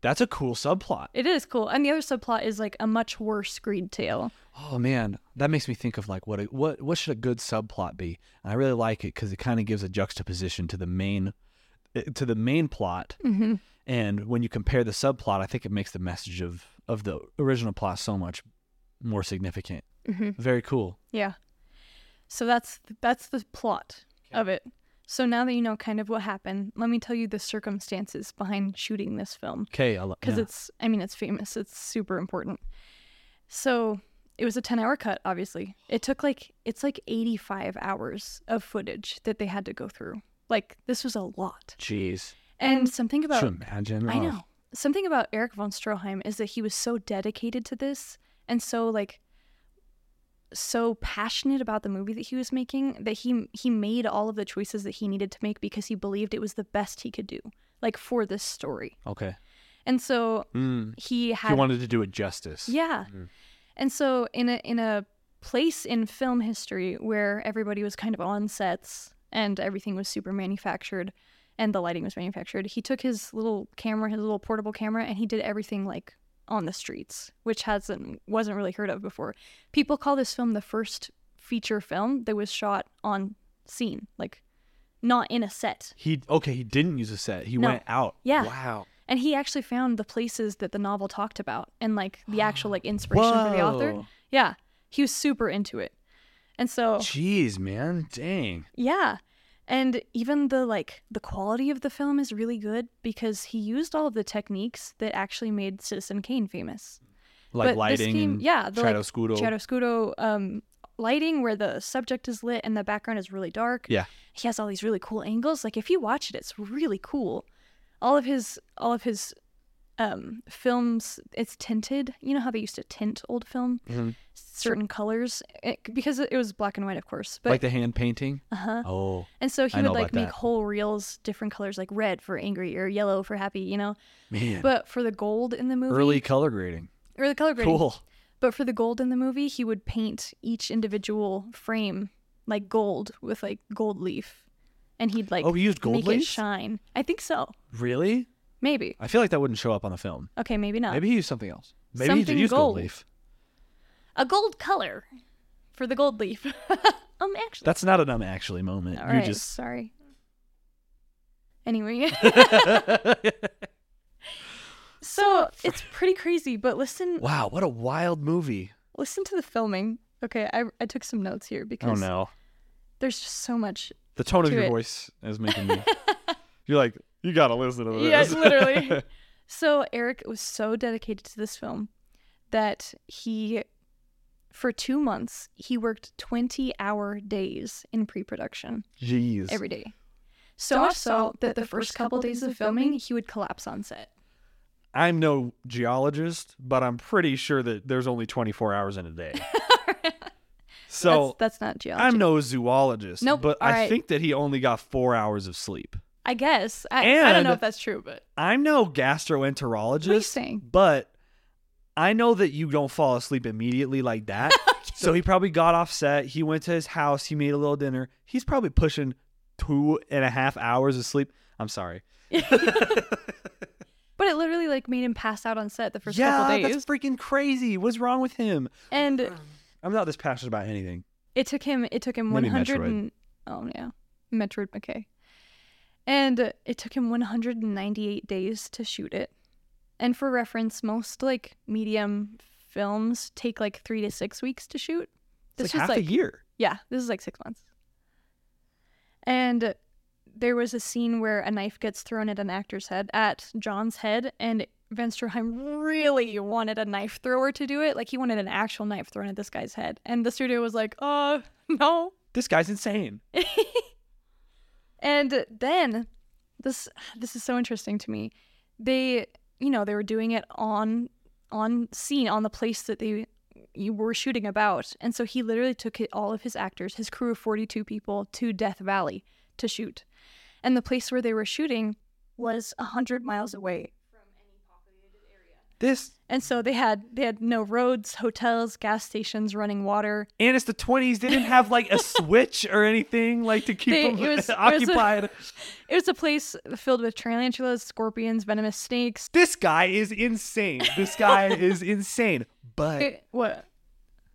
Speaker 2: That's a cool subplot.
Speaker 1: It is cool. And the other subplot is like a much worse greed tale.
Speaker 2: Oh man, that makes me think of like what a, what what should a good subplot be? And I really like it because it kind of gives a juxtaposition to the main eh, to the main plot.
Speaker 1: Mm-hmm.
Speaker 2: And when you compare the subplot, I think it makes the message of of the original plot so much more significant.
Speaker 1: Mm-hmm.
Speaker 2: Very cool.
Speaker 1: Yeah. So that's that's the plot of it. So now that you know kind of what happened, let me tell you the circumstances behind shooting this film
Speaker 2: Okay, I love
Speaker 1: because it's I mean it's famous, it's super important. So it was a 10 hour cut obviously. It took like it's like 85 hours of footage that they had to go through. Like this was a lot.
Speaker 2: jeez.
Speaker 1: And something about
Speaker 2: Should imagine.
Speaker 1: I
Speaker 2: Oh,
Speaker 1: know. Something about Eric von Stroheim is that he was so dedicated to this and so like so passionate about the movie that he was making that he he made all of the choices that he needed to make because he believed it was the best he could do like for this story.
Speaker 2: Okay.
Speaker 1: And so
Speaker 2: Mm.
Speaker 1: he
Speaker 2: He
Speaker 1: had
Speaker 2: wanted to do it justice.
Speaker 1: yeah.
Speaker 2: Mhm.
Speaker 1: And so in a in a place in film history where everybody was kind of on sets and everything was super manufactured and the lighting was manufactured, he took his little camera, his little portable camera and he did everything like on the streets, which hasn't wasn't really heard of before. People call this film the first feature film that was shot on scene, like not in a set.
Speaker 2: He okay. He didn't use a set. He
Speaker 1: No.
Speaker 2: went out.
Speaker 1: Yeah.
Speaker 2: Wow.
Speaker 1: And he actually found the places that the novel talked about and like the actual like inspiration for the author.
Speaker 2: Whoa.
Speaker 1: Yeah. He was super into it. And so,
Speaker 2: Jeez, man. Dang.
Speaker 1: yeah. And even the like the quality of the film is really good because he used all of the techniques that actually made Citizen Kane famous.
Speaker 2: Like
Speaker 1: But this
Speaker 2: lighting
Speaker 1: came-
Speaker 2: and
Speaker 1: yeah, the, like,
Speaker 2: shadow scudo.
Speaker 1: Chiaroscuro, um lighting where the subject is lit and the background is really dark.
Speaker 2: Yeah.
Speaker 1: He has all these really cool angles. Like if you watch it, it's really cool. All of his all of his um films it's tinted. You know how they used to tint old film
Speaker 2: Mhm.
Speaker 1: certain colors it, because it was black and white of course, but
Speaker 2: like the hand painting.
Speaker 1: uh-huh.
Speaker 2: Oh,
Speaker 1: And so he
Speaker 2: I know
Speaker 1: would like
Speaker 2: about that.
Speaker 1: make whole reels different colors like red for angry or yellow for happy, you know.
Speaker 2: man.
Speaker 1: But for the gold in the movie
Speaker 2: Early color grading.
Speaker 1: or the color grading.
Speaker 2: Cool.
Speaker 1: But for the gold in the movie, he would paint each individual frame like gold with like gold leaf, and he'd like
Speaker 2: oh, we used gold
Speaker 1: make it
Speaker 2: leaf.
Speaker 1: shine. I think so.
Speaker 2: Really?
Speaker 1: Maybe.
Speaker 2: I feel like that wouldn't show up on the film.
Speaker 1: Okay, maybe not.
Speaker 2: Maybe he used something else. Maybe he
Speaker 1: Something
Speaker 2: did use
Speaker 1: gold.
Speaker 2: gold leaf.
Speaker 1: A gold color for the gold leaf. <laughs> um, actually,
Speaker 2: That's not an um actually moment.
Speaker 1: all
Speaker 2: you
Speaker 1: right.
Speaker 2: just
Speaker 1: Sorry.
Speaker 2: <laughs>
Speaker 1: Anyway, <laughs>
Speaker 2: <laughs>
Speaker 1: so it's pretty crazy. But listen,
Speaker 2: wow, what a wild movie.
Speaker 1: listen to the filming. Okay, I I took some notes here
Speaker 2: Oh
Speaker 1: because
Speaker 2: no,
Speaker 1: there's just so much
Speaker 2: the tone of
Speaker 1: To
Speaker 2: your
Speaker 1: it.
Speaker 2: voice is making
Speaker 1: <laughs>
Speaker 2: me. You're like, you gotta listen to
Speaker 1: Yeah, <laughs>
Speaker 2: this.
Speaker 1: literally. So Eric was so dedicated to this film that he, for two months, he worked twenty-hour days in pre-production
Speaker 2: <laughs> Jeez.
Speaker 1: every day. So much so that the first couple days of filming, he would collapse on set.
Speaker 2: I'm no geologist, but I'm pretty sure that there's only 24 hours in
Speaker 1: <laughs>
Speaker 2: a day. so
Speaker 1: that's, that's not geology.
Speaker 2: I'm no zoologist.
Speaker 1: Nope,
Speaker 2: But I
Speaker 1: alright.
Speaker 2: think that he only got four hours of sleep.
Speaker 1: I guess I, I don't
Speaker 2: And-
Speaker 1: know if that's true, but
Speaker 2: I'm no gastroenterologist.
Speaker 1: What are you saying?
Speaker 2: But I know that you don't fall asleep immediately
Speaker 1: <laughs>
Speaker 2: like that. so he probably got off set. He went to his house. He made a little dinner. He's probably pushing two and a half hours of sleep. I'm sorry.
Speaker 1: but it literally like made him pass out on set the first couple
Speaker 2: yeah,
Speaker 1: days,
Speaker 2: that's freaking crazy. What's wrong with him?
Speaker 1: and
Speaker 2: I'm not this passionate about anything.
Speaker 1: It took him. It took him one
Speaker 2: Maybe
Speaker 1: hundred
Speaker 2: Metroid.
Speaker 1: and oh yeah, Metroid McKay, and uh, it took him one hundred and ninety-eight days to shoot it. And for reference, most like medium films take like three to six weeks to shoot.
Speaker 2: It's
Speaker 1: This
Speaker 2: like half
Speaker 1: was like
Speaker 2: a year.
Speaker 1: yeah, this is like six months. And there was a scene where a knife gets thrown at an actor's head, at John's head, and Van Stroheim really wanted a knife thrower to do it. Like he wanted an actual knife thrown at this guy's head. And the studio was like, uh, no.
Speaker 2: This guy's insane.
Speaker 1: And then this this is so interesting to me. They you know, they were doing it on on scene, on the place that they you were shooting about. And so he literally took it, all of his actors, his crew of 42 people, to Death Valley to shoot. And the place where they were shooting was 100 miles away.
Speaker 2: This
Speaker 1: And so they had they had no roads, hotels, gas stations, running water.
Speaker 2: and it's the 20s. They didn't have like
Speaker 1: <laughs>
Speaker 2: a switch or anything like to keep
Speaker 1: They-
Speaker 2: them
Speaker 1: it was- it was a-
Speaker 2: <laughs> occupied.
Speaker 1: It was a place filled with tarantulas, scorpions, venomous snakes.
Speaker 2: This guy is insane. This
Speaker 1: <laughs>
Speaker 2: guy is insane. But
Speaker 1: It- what?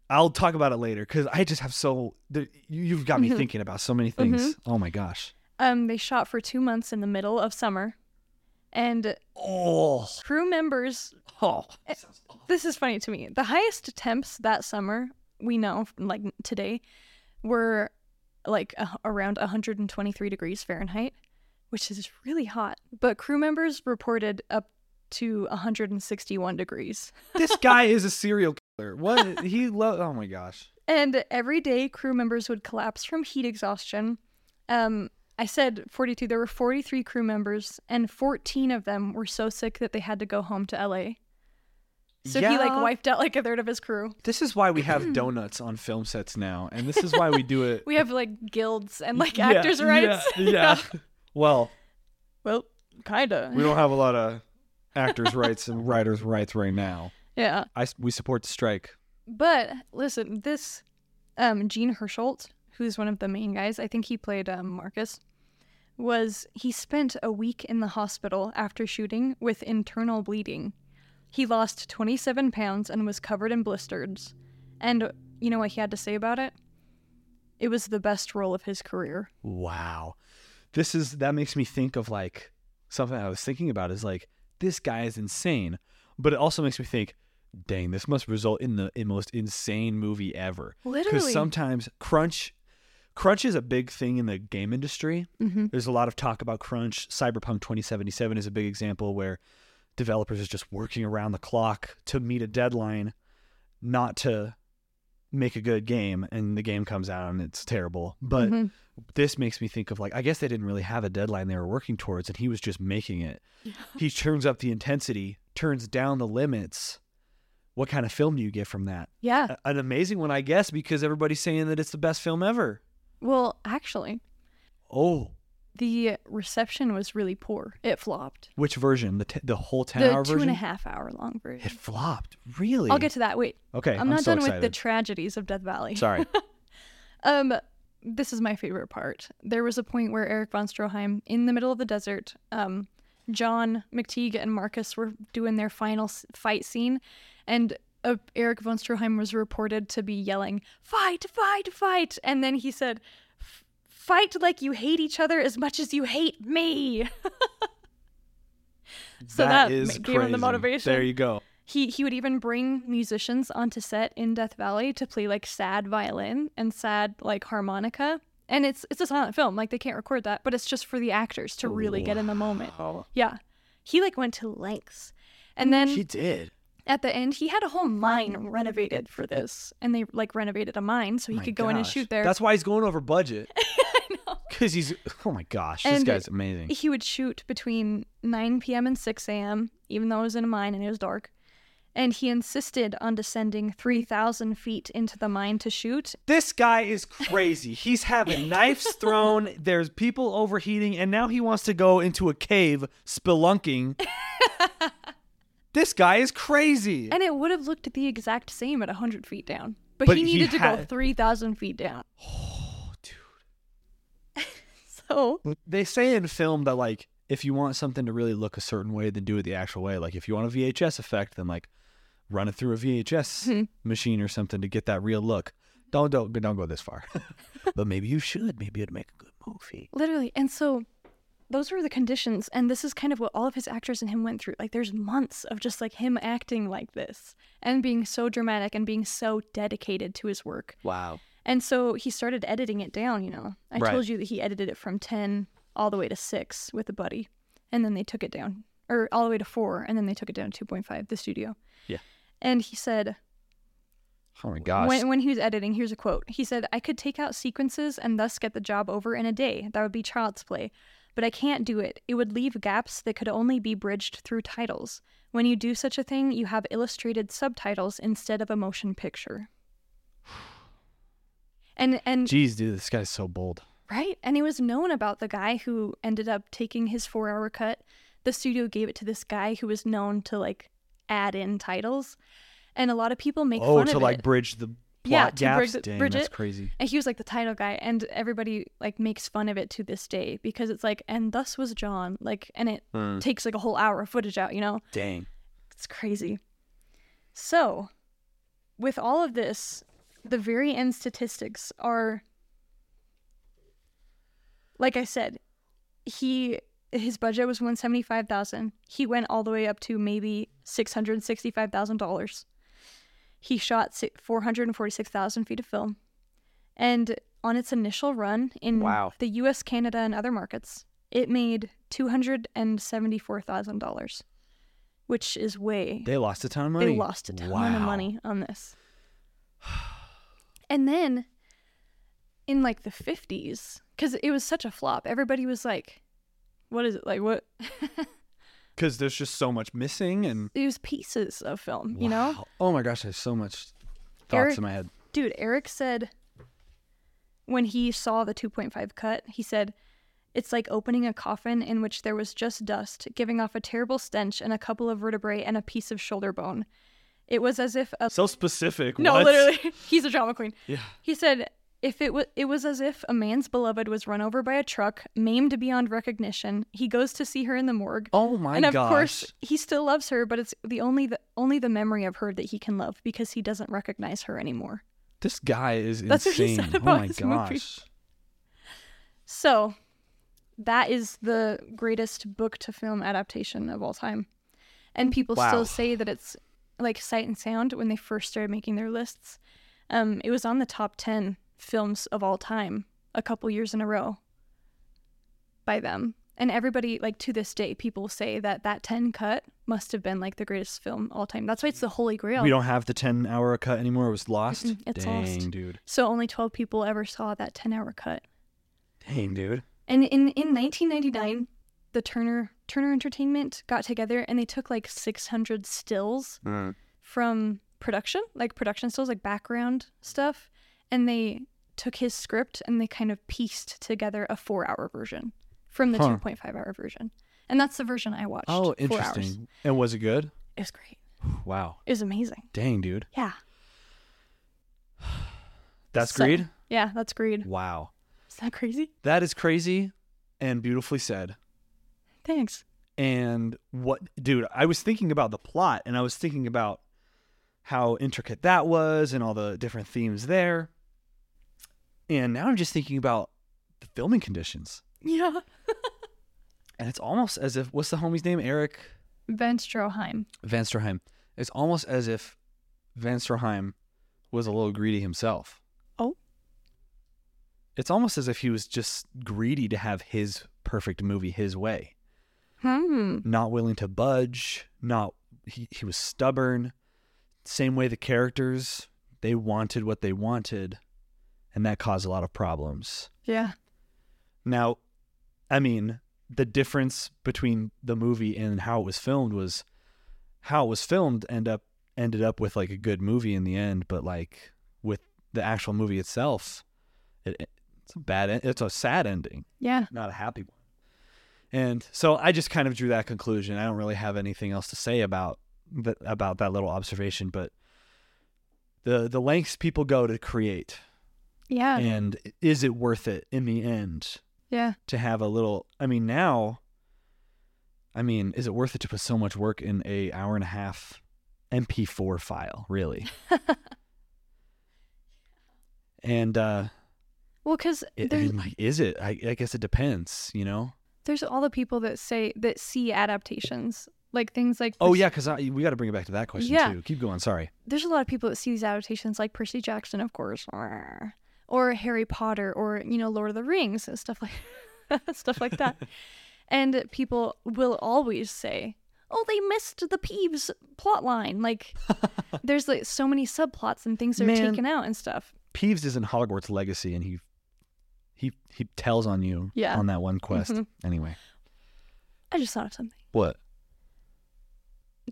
Speaker 2: I'll talk about it later because I just have so the, you- you've got me
Speaker 1: Mm-hmm.
Speaker 2: thinking about so many things. Oh my gosh.
Speaker 1: Um, they shot for two months in the middle of summer, and
Speaker 2: Oh,
Speaker 1: crew members. eh,
Speaker 2: oh.
Speaker 1: This is funny to me. The highest temps that summer we know, like today, were like a, around 123 degrees Fahrenheit, which is really hot. But crew members reported up to 161 degrees.
Speaker 2: this guy is a serial killer. What he love? Oh my gosh.
Speaker 1: And every day, crew members would collapse from heat exhaustion. Um, I said 42. There were 43 crew members, and 14 of them were so sick that they had to go home to LA. So he like
Speaker 2: Yeah.
Speaker 1: wiped out like a third of his crew.
Speaker 2: This is why we have
Speaker 1: <clears throat>
Speaker 2: donuts on film sets now, and this is why we
Speaker 1: <laughs>
Speaker 2: do it.
Speaker 1: We have like guilds and like
Speaker 2: Yeah,
Speaker 1: actors' rights.
Speaker 2: Yeah,
Speaker 1: <laughs>
Speaker 2: yeah. well,
Speaker 1: Well, kinda.
Speaker 2: <laughs> we don't have a lot of actors' rights and writers' rights right now.
Speaker 1: yeah.
Speaker 2: I s- we support the strike.
Speaker 1: But listen, this um, Gene Herschelt, who's one of the main guys, I think he played um, Marcus, was he spent a week in the hospital after shooting with internal bleeding. He lost 27 pounds and was covered in blisters. And you know what he had to say about it? It was the best role of his career.
Speaker 2: Wow. This is that makes me think of like something I was thinking about is like this guy is insane, but it also makes me think, dang, this must result in the in most insane movie ever. Because
Speaker 1: Literally.
Speaker 2: sometimes crunch, crunch is a big thing in the game industry.
Speaker 1: Mhm.
Speaker 2: There's a lot of talk about crunch. Cyberpunk 2077 is a big example where developers are just working around the clock to meet a deadline, not to make a good game and the game comes out and it's terrible. But
Speaker 1: Mhm.
Speaker 2: this makes me think of like I guess they didn't really have a deadline they were working towards and he was just
Speaker 1: <laughs>
Speaker 2: making it. He turns up the intensity, turns down the limits. What kind of film do you get from that?
Speaker 1: yeah.
Speaker 2: A- An amazing one, I guess, because everybody's saying that it's the best film ever.
Speaker 1: Well, actually,
Speaker 2: Oh,
Speaker 1: the reception was really poor. It flopped.
Speaker 2: which version? The t- the whole 10
Speaker 1: the
Speaker 2: hour
Speaker 1: two
Speaker 2: version?
Speaker 1: and a half hour long version.
Speaker 2: It flopped. Really?
Speaker 1: I'll get to that. Wait,
Speaker 2: Okay,
Speaker 1: I'm, not
Speaker 2: so
Speaker 1: done
Speaker 2: excited.
Speaker 1: with the tragedies of Death Valley.
Speaker 2: Sorry.
Speaker 1: Um, this is my favorite part. There was a point where Eric von Stroheim, in the middle of the desert, um, John McTeague and Marcus were doing their final s- fight scene, and uh, Eric von Stroheim was reported to be yelling, "Fight! Fight! Fight!" And then he said, "F- "Fight like you hate each other as much as you hate me." <laughs> <laughs> So that ma- gave him the motivation.
Speaker 2: There you go.
Speaker 1: He he would even bring musicians onto set in Death Valley to play like sad violin and sad like harmonica. And it's it's a silent film, like they can't record that, but it's just for the actors to really get in the moment.
Speaker 2: Wow.
Speaker 1: Yeah. He like went to lengths. And then
Speaker 2: She did.
Speaker 1: at the end he had a whole mine renovated for this. And they like renovated a mine so he
Speaker 2: My
Speaker 1: could go in and
Speaker 2: gosh.
Speaker 1: shoot there.
Speaker 2: That's why he's going
Speaker 1: <laughs>
Speaker 2: over budget. Because he's oh my gosh, this
Speaker 1: And
Speaker 2: guy's amazing.
Speaker 1: he would shoot between 9 p.m. and 6 a.m., even though it was in a mine and it was dark. And he insisted on descending 3,000 feet into the mine to shoot.
Speaker 2: This guy is crazy.
Speaker 1: <laughs>
Speaker 2: He's having knives thrown. There's people overheating, and now he wants to go into a cave spelunking.
Speaker 1: <laughs>
Speaker 2: this guy is crazy.
Speaker 1: And it would have looked the exact same at 100 feet down. But,
Speaker 2: But
Speaker 1: he
Speaker 2: he
Speaker 1: needed to go
Speaker 2: had-
Speaker 1: 3,000 feet down.
Speaker 2: Oh, dude.
Speaker 1: <laughs> So,
Speaker 2: They say in film that like if you want something to really look a certain way, then do it the actual way. Like if you want a VHS effect, then like run it through a VHS
Speaker 1: Hmm.
Speaker 2: machine or something to get that real look. Don't don't don't go
Speaker 1: <laughs>
Speaker 2: this far. <laughs> but maybe you should. Maybe it'd make a good movie.
Speaker 1: literally. And so, those were the conditions. And this is kind of what all of his actors and him went through. Like, there's months of just like him acting like this and being so dramatic and being so dedicated to his work.
Speaker 2: Wow.
Speaker 1: And so he started editing it down, you know. I
Speaker 2: Right.
Speaker 1: told you that he edited it from 10 all the way to 6 with a buddy. And then they took it down, or all the way to 4, and then they took it down to 2.5, the studio.
Speaker 2: Yeah.
Speaker 1: And he said,
Speaker 2: Oh my gosh.
Speaker 1: when, when he was editing, here's a quote. He said, I could take out sequences and thus get the job over in a day. That would be child's play. But I can't do it. It would leave gaps that could only be bridged through titles. When you do such a thing, you have illustrated subtitles instead of a motion picture. <sighs> And, and
Speaker 2: Jeez, dude, this guy's so bold.
Speaker 1: Right? And it was known about the guy who ended up taking his four hour cut. The studio gave it to this guy who was known to like add in titles. And a lot of people make
Speaker 2: oh,
Speaker 1: fun
Speaker 2: to
Speaker 1: of
Speaker 2: like
Speaker 1: it.
Speaker 2: bridge the plot
Speaker 1: Yeah, to
Speaker 2: gaps.
Speaker 1: bridge-
Speaker 2: Dang,
Speaker 1: bridge
Speaker 2: that's
Speaker 1: it.
Speaker 2: crazy.
Speaker 1: And he was like the title guy, and everybody like makes fun of it to this day because it's like, and thus was John, like, and it
Speaker 2: Hmm. Mm.
Speaker 1: takes like a whole hour of footage out, you know?
Speaker 2: Dang.
Speaker 1: It's crazy. So, with all of this, the very end statistics are like I said, he his budget was 175,000. He went all the way up to maybe $665,000. He shot si- 446,000 feet of film. And on its initial run in
Speaker 2: Wow.
Speaker 1: the US, Canada, and other markets, it made $274,000, which is way
Speaker 2: They lost a ton of money.
Speaker 1: they lost a ton of
Speaker 2: Wow.
Speaker 1: money on this. And then in like the 50s, because it was such a flop, everybody was like, what is it? Like,
Speaker 2: <laughs>
Speaker 1: what?
Speaker 2: Because there's just so much missing and
Speaker 1: It was pieces of film, you know?
Speaker 2: Wow. Oh my gosh, I have so much thoughts
Speaker 1: Eric-
Speaker 2: in my head.
Speaker 1: Dude, Eric said when he saw the 2.5 cut, he said, it's like opening a coffin in which there was just dust, giving off a terrible stench and a couple of vertebrae and a piece of shoulder bone. It was as if a
Speaker 2: So specific.
Speaker 1: No,
Speaker 2: what?
Speaker 1: literally, <laughs> he's a drama queen.
Speaker 2: Yeah.
Speaker 1: He said, "If it was, it was as if a man's beloved was run over by a truck, maimed beyond recognition. He goes to see her in the morgue,
Speaker 2: Oh my
Speaker 1: and of
Speaker 2: gosh.
Speaker 1: course, he still loves her, but it's the only the only the memory of her that he can love because he doesn't recognize her anymore.
Speaker 2: This guy is
Speaker 1: That's what he
Speaker 2: insane.
Speaker 1: said
Speaker 2: oh
Speaker 1: about
Speaker 2: my
Speaker 1: his
Speaker 2: gosh.
Speaker 1: movie. So, that is the greatest book to film adaptation of all time, and people
Speaker 2: Wow.
Speaker 1: still say that it's like Sight and Sound when they first started making their lists. Um, it was on the top ten films of all time a couple years in a row by them. And everybody, like to this day, people say that that 10 cut must have been like the greatest film all time. That's why it's the holy grail.
Speaker 2: We don't have the 10 hour cut anymore. It was lost.
Speaker 1: Mm-mm, it's
Speaker 2: Dang,
Speaker 1: lost.
Speaker 2: dude.
Speaker 1: So only 12 people ever saw that 10 hour cut.
Speaker 2: Dang, dude.
Speaker 1: And in, in 1999, the Turner Turner Entertainment got together and they took like 600 stills from production, like production stills, like background stuff, and they took his script and they kind of pieced together a four-hour version from the
Speaker 2: Huh.
Speaker 1: 2.5-hour version, and that's the version I watched.
Speaker 2: Oh,
Speaker 1: four hours.
Speaker 2: interesting. And was it good?
Speaker 1: It was great.
Speaker 2: Wow.
Speaker 1: It was amazing.
Speaker 2: Dang, dude.
Speaker 1: Yeah.
Speaker 2: That's
Speaker 1: So-
Speaker 2: greed?
Speaker 1: Yeah, that's greed.
Speaker 2: Wow.
Speaker 1: Is that crazy?
Speaker 2: That is crazy and beautifully said.
Speaker 1: Thanks.
Speaker 2: And what, dude, I was thinking about the plot and I was thinking about how intricate that was and all the different themes there. And now I'm just thinking about the filming conditions.
Speaker 1: Yeah.
Speaker 2: And it's almost as if, what's the homie's name? Eric
Speaker 1: Ben Stroheim.
Speaker 2: Van Stroheim. It's almost as if Van Stroheim was a little greedy himself.
Speaker 1: Oh.
Speaker 2: It's almost as if he was just greedy to have his perfect movie his way.
Speaker 1: Hmm.
Speaker 2: not willing to budge not he, he was stubborn same way the characters they wanted what they wanted and that caused a lot of problems
Speaker 1: Yeah.
Speaker 2: now i mean the difference between the movie and how it was filmed was how it was filmed end up ended up with like a good movie in the end but like with the actual movie itself it, it's a bad en- it's a sad ending
Speaker 1: Yeah.
Speaker 2: not a happy one. And so I just kind of drew that conclusion. I don't really have anything else to say about th- about that little observation, but the the lengths people go to create,
Speaker 1: Yeah.
Speaker 2: and is it worth it in the end
Speaker 1: yeah. <laughs>
Speaker 2: to have a little? I mean, now, I mean, is it worth it to put so much work in a hour and a half MP4 file, really? and uh,
Speaker 1: Well, because
Speaker 2: it, I
Speaker 1: there's
Speaker 2: mean, like, is it? I, I guess it depends, you know.
Speaker 1: there's all the people that say that see adaptations like things like
Speaker 2: Oh
Speaker 1: Percy-
Speaker 2: yeah, because we got to bring it back to that question
Speaker 1: Yeah.
Speaker 2: too. Keep going. Sorry.
Speaker 1: there's a lot of people that see these adaptations like Percy Jackson, of course, or Harry Potter, or you know Lord of the Rings, and stuff like <laughs> stuff like
Speaker 2: <laughs>
Speaker 1: that. and people will always say, "Oh, they missed the Peeves plot line."
Speaker 2: <laughs>
Speaker 1: Like there's like so many subplots and things that are
Speaker 2: Man.
Speaker 1: taken out and stuff.
Speaker 2: Peeves is in Hogwarts Legacy, and he he he tells on you
Speaker 1: Yeah.
Speaker 2: on that one quest.
Speaker 1: Mhm.
Speaker 2: Anyway,
Speaker 1: I just thought of something.
Speaker 2: what?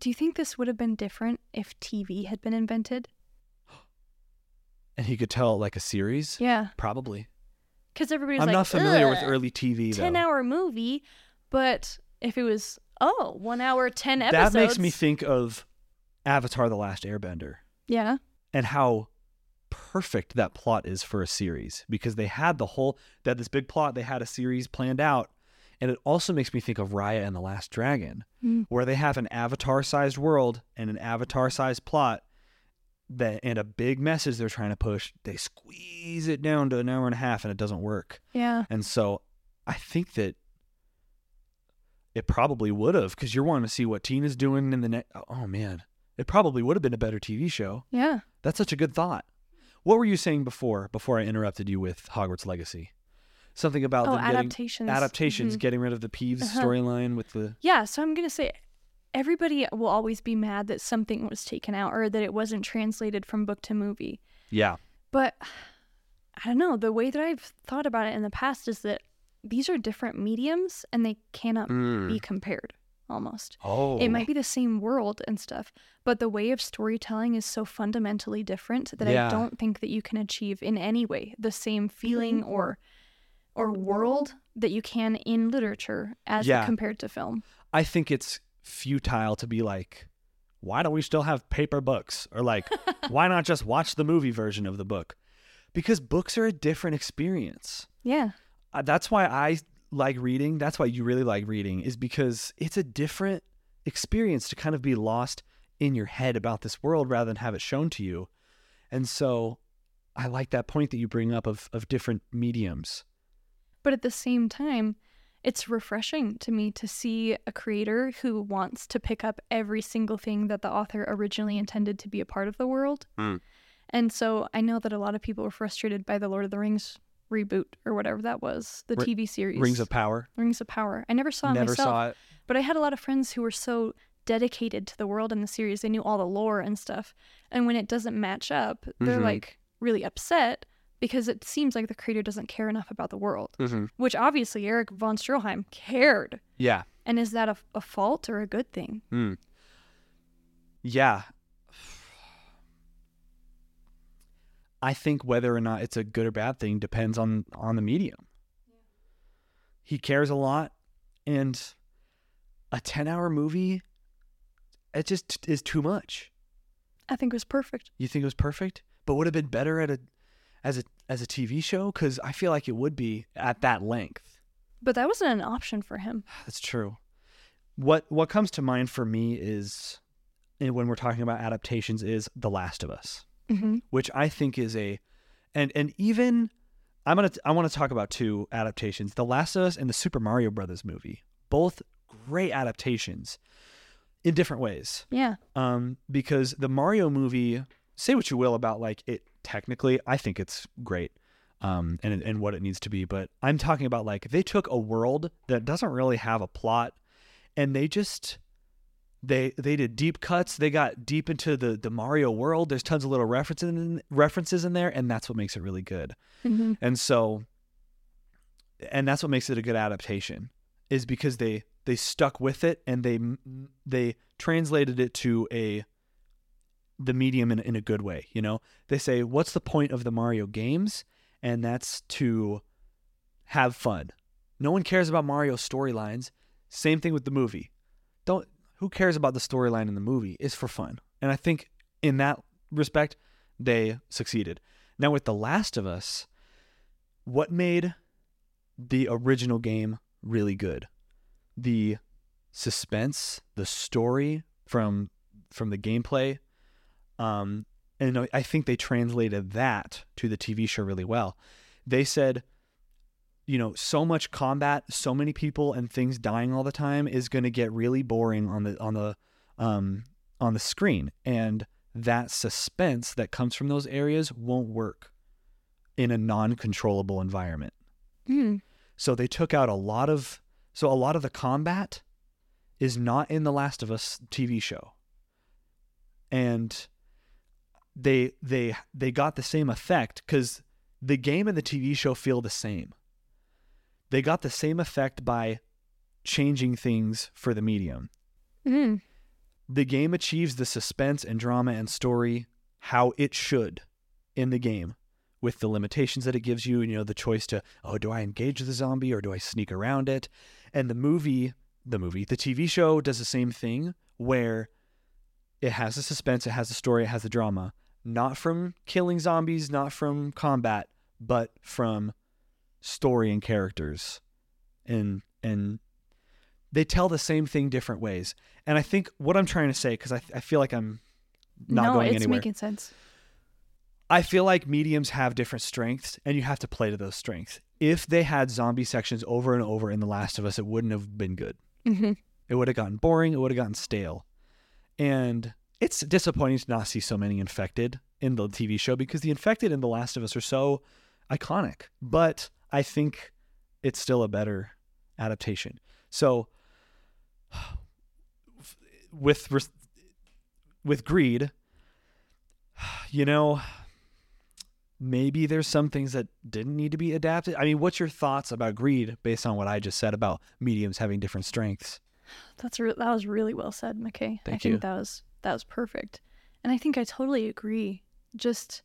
Speaker 1: Do you think this would have been different if TV had been invented?
Speaker 2: And he could tell like a series.
Speaker 1: Yeah,
Speaker 2: Probably.
Speaker 1: because everybody's
Speaker 2: I'm
Speaker 1: like,
Speaker 2: not familiar
Speaker 1: "Ugh."
Speaker 2: with early TV though.
Speaker 1: 10 hour movie, but if it was, oh, one hour, 10 episodes.
Speaker 2: that makes me think of Avatar: The Last Airbender
Speaker 1: Yeah.
Speaker 2: and how perfect that plot is for a series because they had the whole they had this big plot. They had a series planned out, and it also makes me think of Raya and the Last Dragon. where they have an avatar sized world and an avatar sized plot that and a big message they're trying to push they squeeze it down to an hour and a half and it doesn't work
Speaker 1: Yeah.
Speaker 2: and so i think that it probably would have because you're wanting to see what tina's doing in the next oh man it probably would have been a better tv show
Speaker 1: Yeah.
Speaker 2: that's such a good thought what were you saying before before i interrupted you with hogwarts legacy something about
Speaker 1: Oh,
Speaker 2: them getting-
Speaker 1: adaptations.
Speaker 2: adaptations
Speaker 1: Mhm.
Speaker 2: getting rid of the peeves
Speaker 1: Uh-huh.
Speaker 2: storyline with the
Speaker 1: Yeah. So I'm going to say everybody will always be mad that something was taken out or that it wasn't translated from book to movie.
Speaker 2: yeah
Speaker 1: But <sighs> I don't know. The way that I've thought about it in the past is that these are different mediums and they cannot
Speaker 2: Hmm.
Speaker 1: be compared almost.
Speaker 2: Oh,
Speaker 1: It might be the same world and stuff, but the way of storytelling is so fundamentally different that
Speaker 2: Yeah.
Speaker 1: I don't think that you can achieve in any way the same feeling or or world that you can in literature as
Speaker 2: Yeah.
Speaker 1: compared to film.
Speaker 2: I think it's futile to be like, why do we still have paper books?
Speaker 1: <laughs>
Speaker 2: Or like, why not just watch the movie version of the book? Because books are a different experience.
Speaker 1: Yeah.
Speaker 2: Uh, That's why I like reading. That's why you really like reading, is because it's a different experience to kind of be lost in your head about this world rather than have it shown to you. And so I like that point that you bring up of, of different mediums.
Speaker 1: But at the same time, it's refreshing to me to see a creator who wants to pick up every single thing that the author originally intended to be a part of the world.
Speaker 2: Mm.
Speaker 1: And so I know that a lot of people were frustrated by the Lord of the Rings reboot or whatever that was, the
Speaker 2: Ri-
Speaker 1: TV series
Speaker 2: Rings of Power.
Speaker 1: Rings of Power. I never saw it
Speaker 2: Never
Speaker 1: myself,
Speaker 2: saw it.
Speaker 1: but I had a lot of friends who were so dedicated to the world and the series. They knew all the lore and stuff. And when it doesn't match up, they're
Speaker 2: Mhm.
Speaker 1: like really upset because it seems like the creator doesn't care enough about the world,
Speaker 2: Mm-hmm.
Speaker 1: which obviously Eric von Stroheim cared.
Speaker 2: Yeah.
Speaker 1: And is that a, a fault or a good thing?
Speaker 2: Mm. Yeah. I think whether or not it's a good or bad thing depends on on the medium. He cares a lot and a 10-hour movie it just is too much.
Speaker 1: I think it was perfect.
Speaker 2: You think it was perfect, but would have been better at a as a as a TV show cuz I feel like it would be at that length.
Speaker 1: But that wasn't an option for
Speaker 2: <sighs>
Speaker 1: him.
Speaker 2: That's true. What what comes to mind for me is and when we're talking about adaptations is The Last of Us,
Speaker 1: Mm-hmm.
Speaker 2: which I think is a and and even I'm going to I want to talk about two adaptations, The Last of Us and the Super Mario Brothers movie. Both great adaptations in different ways.
Speaker 1: Yeah.
Speaker 2: Um because the Mario movie, say what you will about like it technically, I think it's great. Um, and and what it needs to be, but I'm talking about like they took a world that doesn't really have a plot and they just they they did deep cuts. They got deep into the the Mario world. There's tons of little references in, references in there, and that's what makes it really good.
Speaker 1: Mm-hmm.
Speaker 2: And so, and that's what makes it a good adaptation is because they they stuck with it and they they translated it to a the medium in, in a good way. You know, they say what's the point of the Mario games, and that's to have fun. No one cares about Mario storylines. Same thing with the movie. Don't who cares about the storyline in the movie? It's for fun. And I think in that respect, they succeeded. Now with The Last of Us, what made the original game really good? The suspense, the story from from the gameplay, um, and I- I think they translated that to the TV show really well. They said, you know, so much combat, so many people and things dying all the time is going to get really boring on the on the um, on the screen, and that suspense that comes from those areas won't work in a non-controllable environment.
Speaker 1: Mm.
Speaker 2: So they took out a lot of so a lot of the combat is not in the Last of Us TV show. And they they they got the same effect cuz the game and the TV show feel the same. They got the same effect by changing things for the medium.
Speaker 1: Mm.
Speaker 2: The game achieves the suspense and drama and story how it should in the game with the limitations that it gives you, you know, the choice to, oh, do I engage the zombie or do I sneak around it? And the movie, the movie, the TV show does the same thing where it has the suspense, it has the story, it has the drama, not from killing zombies, not from combat, but from story and characters. And and they tell the same thing different ways. And I think what I'm trying to say, because I, I feel like I'm not
Speaker 1: no,
Speaker 2: going
Speaker 1: it's
Speaker 2: anywhere.
Speaker 1: making sense.
Speaker 2: I feel like mediums have different strengths, and you have to play to those strengths. If they had zombie sections over and over in The Last of Us, it wouldn't have been good.
Speaker 1: Mm-hmm.
Speaker 2: It would have gotten boring. It would have gotten stale. And it's disappointing to not see so many infected in the TV show because the infected in The Last of Us are so iconic. But I think it's still a better adaptation. So <sighs> with res- with greed, <sighs> you know, maybe there's some things that didn't need to be adapted. I mean, what's your thoughts about greed based on what I just said about mediums having different strengths?
Speaker 1: That's re- that was really well said, McKay. I
Speaker 2: Thank
Speaker 1: think
Speaker 2: you.
Speaker 1: that was that was perfect, and I think I totally agree. Just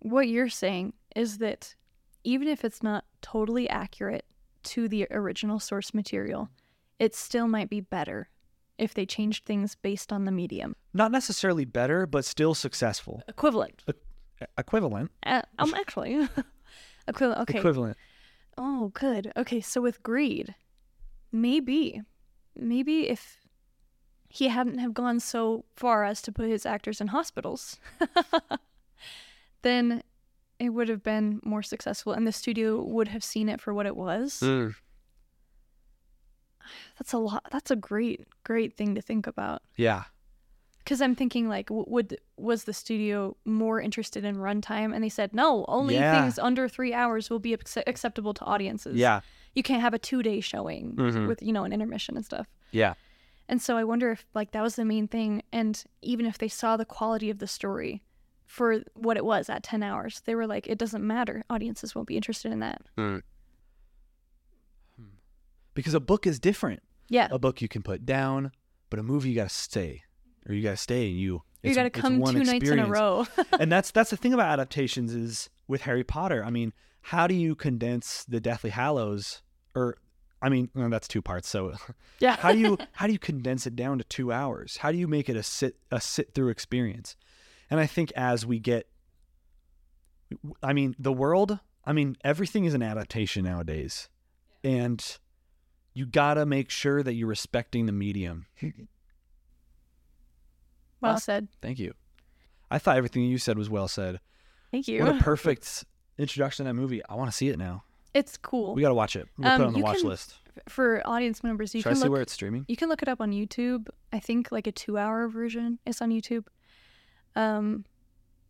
Speaker 1: what you're saying is that even if it's not totally accurate to the original source material, it still might be better if they changed things based on the medium
Speaker 2: not necessarily better, but still successful.
Speaker 1: equivalent.
Speaker 2: E- Equivalent.
Speaker 1: Uh, um, actually, <laughs> equivalent. Okay.
Speaker 2: Equivalent.
Speaker 1: Oh, good. Okay, so with greed, maybe, maybe if he hadn't have gone so far as to put his actors in hospitals, <laughs> then it would have been more successful, and the studio would have seen it for what it was.
Speaker 2: Mm.
Speaker 1: That's a lot. That's a great, great thing to think about.
Speaker 2: Yeah.
Speaker 1: because I'm thinking like, w- would was the studio more interested in runtime? And they said no, only
Speaker 2: Yeah.
Speaker 1: things under three hours will be acce- acceptable to audiences.
Speaker 2: Yeah.
Speaker 1: you can't have a two day showing
Speaker 2: Mhm.
Speaker 1: with you know an intermission and stuff.
Speaker 2: Yeah.
Speaker 1: And so I wonder if like that was the main thing, and even if they saw the quality of the story for what it was at ten hours, they were like, it doesn't matter, audiences won't be interested in that.
Speaker 2: Because a book is different.
Speaker 1: Yeah,
Speaker 2: A book you can put down, but a movie you gotta stay, or you gotta stay and you.
Speaker 1: you
Speaker 2: it's-
Speaker 1: got to
Speaker 2: it's
Speaker 1: come two
Speaker 2: one
Speaker 1: nights in a
Speaker 2: experience.
Speaker 1: row. <laughs>
Speaker 2: and that's that's the thing about adaptations is with Harry Potter. I mean, how do you condense the Deathly Hallows? Or, I mean, well, that's two parts. So,
Speaker 1: yeah,
Speaker 2: how do you how do you condense it down to two hours? How do you make it a sit a sit through experience? And I think as we get, I mean, the world. I mean, everything is an adaptation nowadays, and you gotta make sure that you're respecting the medium.
Speaker 1: well
Speaker 2: Us-
Speaker 1: said.
Speaker 2: Thank you. I thought everything you said was well said.
Speaker 1: Thank you. <laughs>
Speaker 2: What a perfect introduction to that movie. I want to see it now.
Speaker 1: it's cool
Speaker 2: We got to watch it. We'll put it
Speaker 1: Um,
Speaker 2: on the
Speaker 1: you
Speaker 2: watch
Speaker 1: can-
Speaker 2: list.
Speaker 1: for audience members. You
Speaker 2: Should I
Speaker 1: can
Speaker 2: see
Speaker 1: look
Speaker 2: where it's streaming?
Speaker 1: You can look it up on YouTube. I think like a two hour version is on YouTube. Um,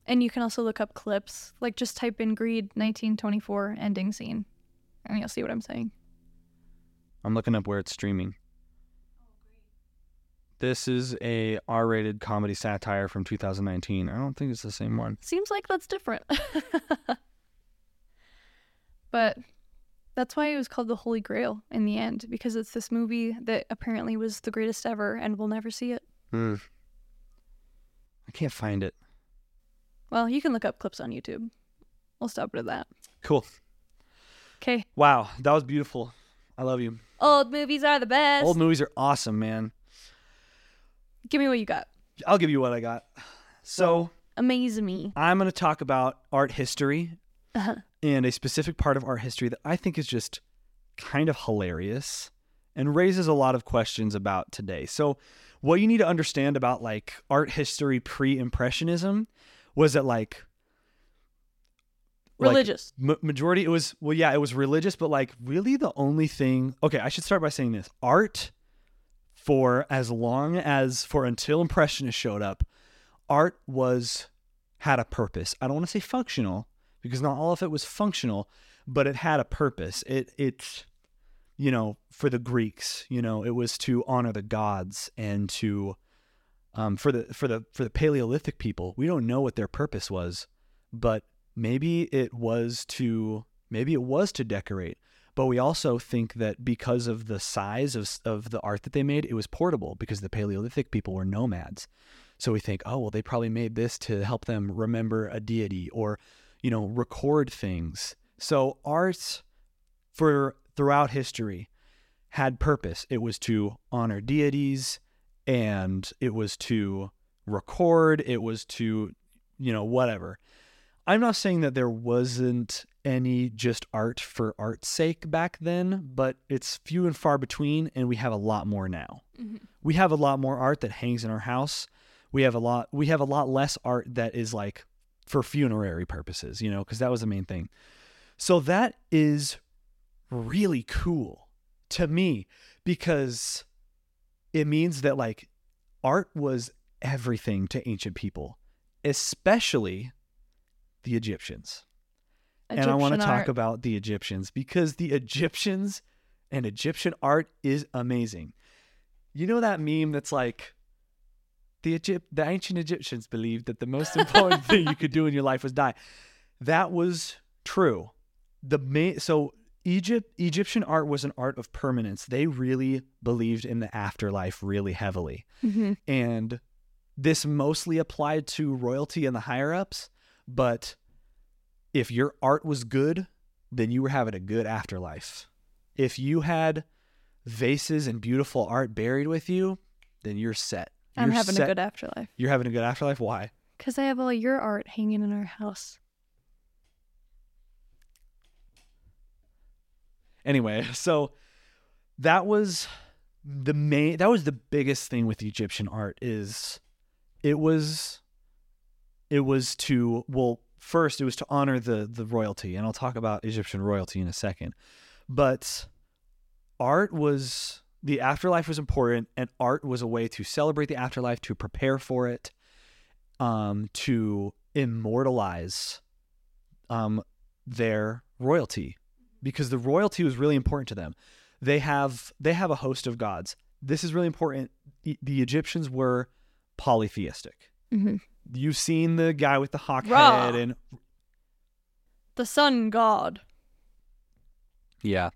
Speaker 1: and you can also look up clips. Like just type in Greed 1924 ending scene and you'll see what I'm saying.
Speaker 2: I'm looking up where it's streaming. This is a R-rated comedy satire from 2019. I don't think it's the same one.
Speaker 1: Seems like that's different. <laughs> but that's why it was called The Holy Grail in the end because it's this movie that apparently was the greatest ever and we'll never see it.
Speaker 2: I can't find it.
Speaker 1: Well, you can look up clips on YouTube. We'll stop it at that.
Speaker 2: Cool.
Speaker 1: Okay.
Speaker 2: Wow, that was beautiful. I love you.
Speaker 1: Old movies are the best.
Speaker 2: Old movies are awesome, man.
Speaker 1: Give me what you got.
Speaker 2: I'll give you what I got. So,
Speaker 1: Amaze me.
Speaker 2: I'm going to talk about art history
Speaker 1: <laughs> Uh-huh.
Speaker 2: and a specific part of art history that I think is just kind of hilarious and raises a lot of questions about today. So, what you need to understand about like art history pre Impressionism was that like like,
Speaker 1: Religious.
Speaker 2: ma- majority, it was, well, yeah, it was religious, but like really the only thing. Okay, I should start by saying this art for as long as, for until Impressionists showed up, art was had a purpose. I don't want to say functional because not all of it was functional, but it had a purpose. It it's you know for the Greeks, you know, it was to honor the gods and to um, for the for the for the Paleolithic people. We don't know what their purpose was, but maybe it was to maybe it was to decorate. But we also think that because of the size of, s- of the art that they made, it was portable because the Paleolithic people were nomads. So we think, oh, well, they probably made this to help them remember a deity or, you know, record things. So art for throughout history had purpose. It was to honor deities and it was to record, it was to, you know, whatever. I'm not saying that there wasn't any just art for art's sake back then, but it's few and far between, and we have a lot more now we have a lot more art that hangs in our house. We have a lot we have a lot less art that is like for funerary purposes, you know, cuz that was the main thing. So that is really cool to me because it means that like art was everything to ancient people, especially the Egyptians and I want to
Speaker 1: Egyptian
Speaker 2: talk
Speaker 1: art.
Speaker 2: about the Egyptians because the Egyptians and Egyptian art is amazing. You know that meme that's like the Egypt the ancient Egyptians believed that the
Speaker 1: <laughs>
Speaker 2: most important thing you could do in your life was die. That was true. The ma- so Egypt Egyptian art was an art of permanence. They really believed in the afterlife really heavily
Speaker 1: Mhm.
Speaker 2: and this mostly applied to royalty and the higher ups but if your art was good then you were having a good afterlife if you had vases and beautiful art buried with you then you're set
Speaker 1: I'm
Speaker 2: You're
Speaker 1: having
Speaker 2: set-
Speaker 1: a good afterlife
Speaker 2: you're having a good afterlife why
Speaker 1: because I have all your art hanging in our house.
Speaker 2: anyway <laughs> so that was the main that was the biggest thing with egyptian art is it was it was to well first it was to honor the the royalty and i'll talk about egyptian royalty in a second but art was the afterlife was important and art was a way to celebrate the afterlife to prepare for it um to immortalize um their royalty because the royalty was really important to them they have they have a host of gods this is really important E- the egyptians were polytheistic
Speaker 1: Mhm.
Speaker 2: you've seen the guy with the hawk
Speaker 1: Ra.
Speaker 2: head and
Speaker 1: The sun god.
Speaker 2: yeah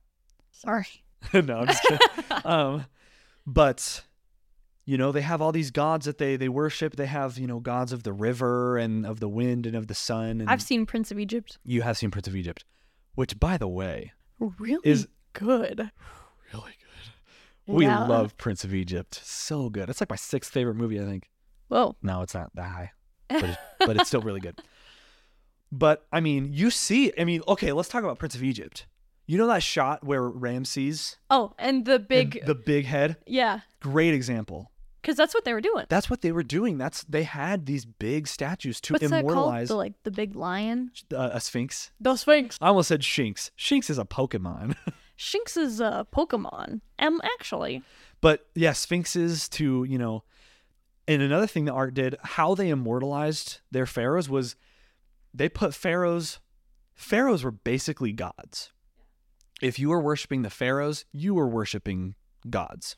Speaker 1: Sorry.
Speaker 2: <laughs> no i'm just kidding um, but you know they have all these gods that they they worship. They have you know gods of the river and of the wind and of the sun. And
Speaker 1: I've seen Prince of Egypt.
Speaker 2: you have seen Prince of Egypt, which by the way,
Speaker 1: Really
Speaker 2: Is-
Speaker 1: good.
Speaker 2: really good. We
Speaker 1: Yeah.
Speaker 2: love Prince of Egypt, so good. It's like my sixth favorite movie, I think.
Speaker 1: Whoa.
Speaker 2: No, it's not that high, but it's, but it's still really
Speaker 1: <laughs>
Speaker 2: good. But I mean, you see, I mean, okay, let's talk about Prince of Egypt. You know that shot where Ramses,
Speaker 1: Oh, and the
Speaker 2: and
Speaker 1: big
Speaker 2: the big head,
Speaker 1: yeah,
Speaker 2: great example.
Speaker 1: because that's what they were doing.
Speaker 2: That's what they were doing. That's they had these big statues to
Speaker 1: What's
Speaker 2: immortalize
Speaker 1: that called? The like the big lion.
Speaker 2: uh, a sphinx.
Speaker 1: The Sphinx.
Speaker 2: I almost said Shinx. Shinx is a Pokemon, <laughs>
Speaker 1: Shinx is a Pokemon. Um, actually,
Speaker 2: but yeah, sphinxes to you know. And another thing that art did, how they immortalized their pharaohs was, they put pharaohs. Pharaohs were basically gods. If you were worshiping the pharaohs, you were worshiping gods.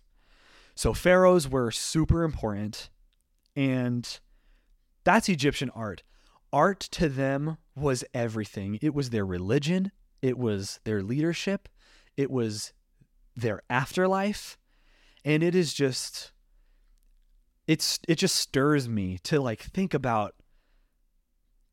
Speaker 2: So pharaohs were super important. and that's Egyptian art. Art to them was everything. It was their religion, it was their leadership, it was their afterlife, and it is just it's it just stirs me to like think about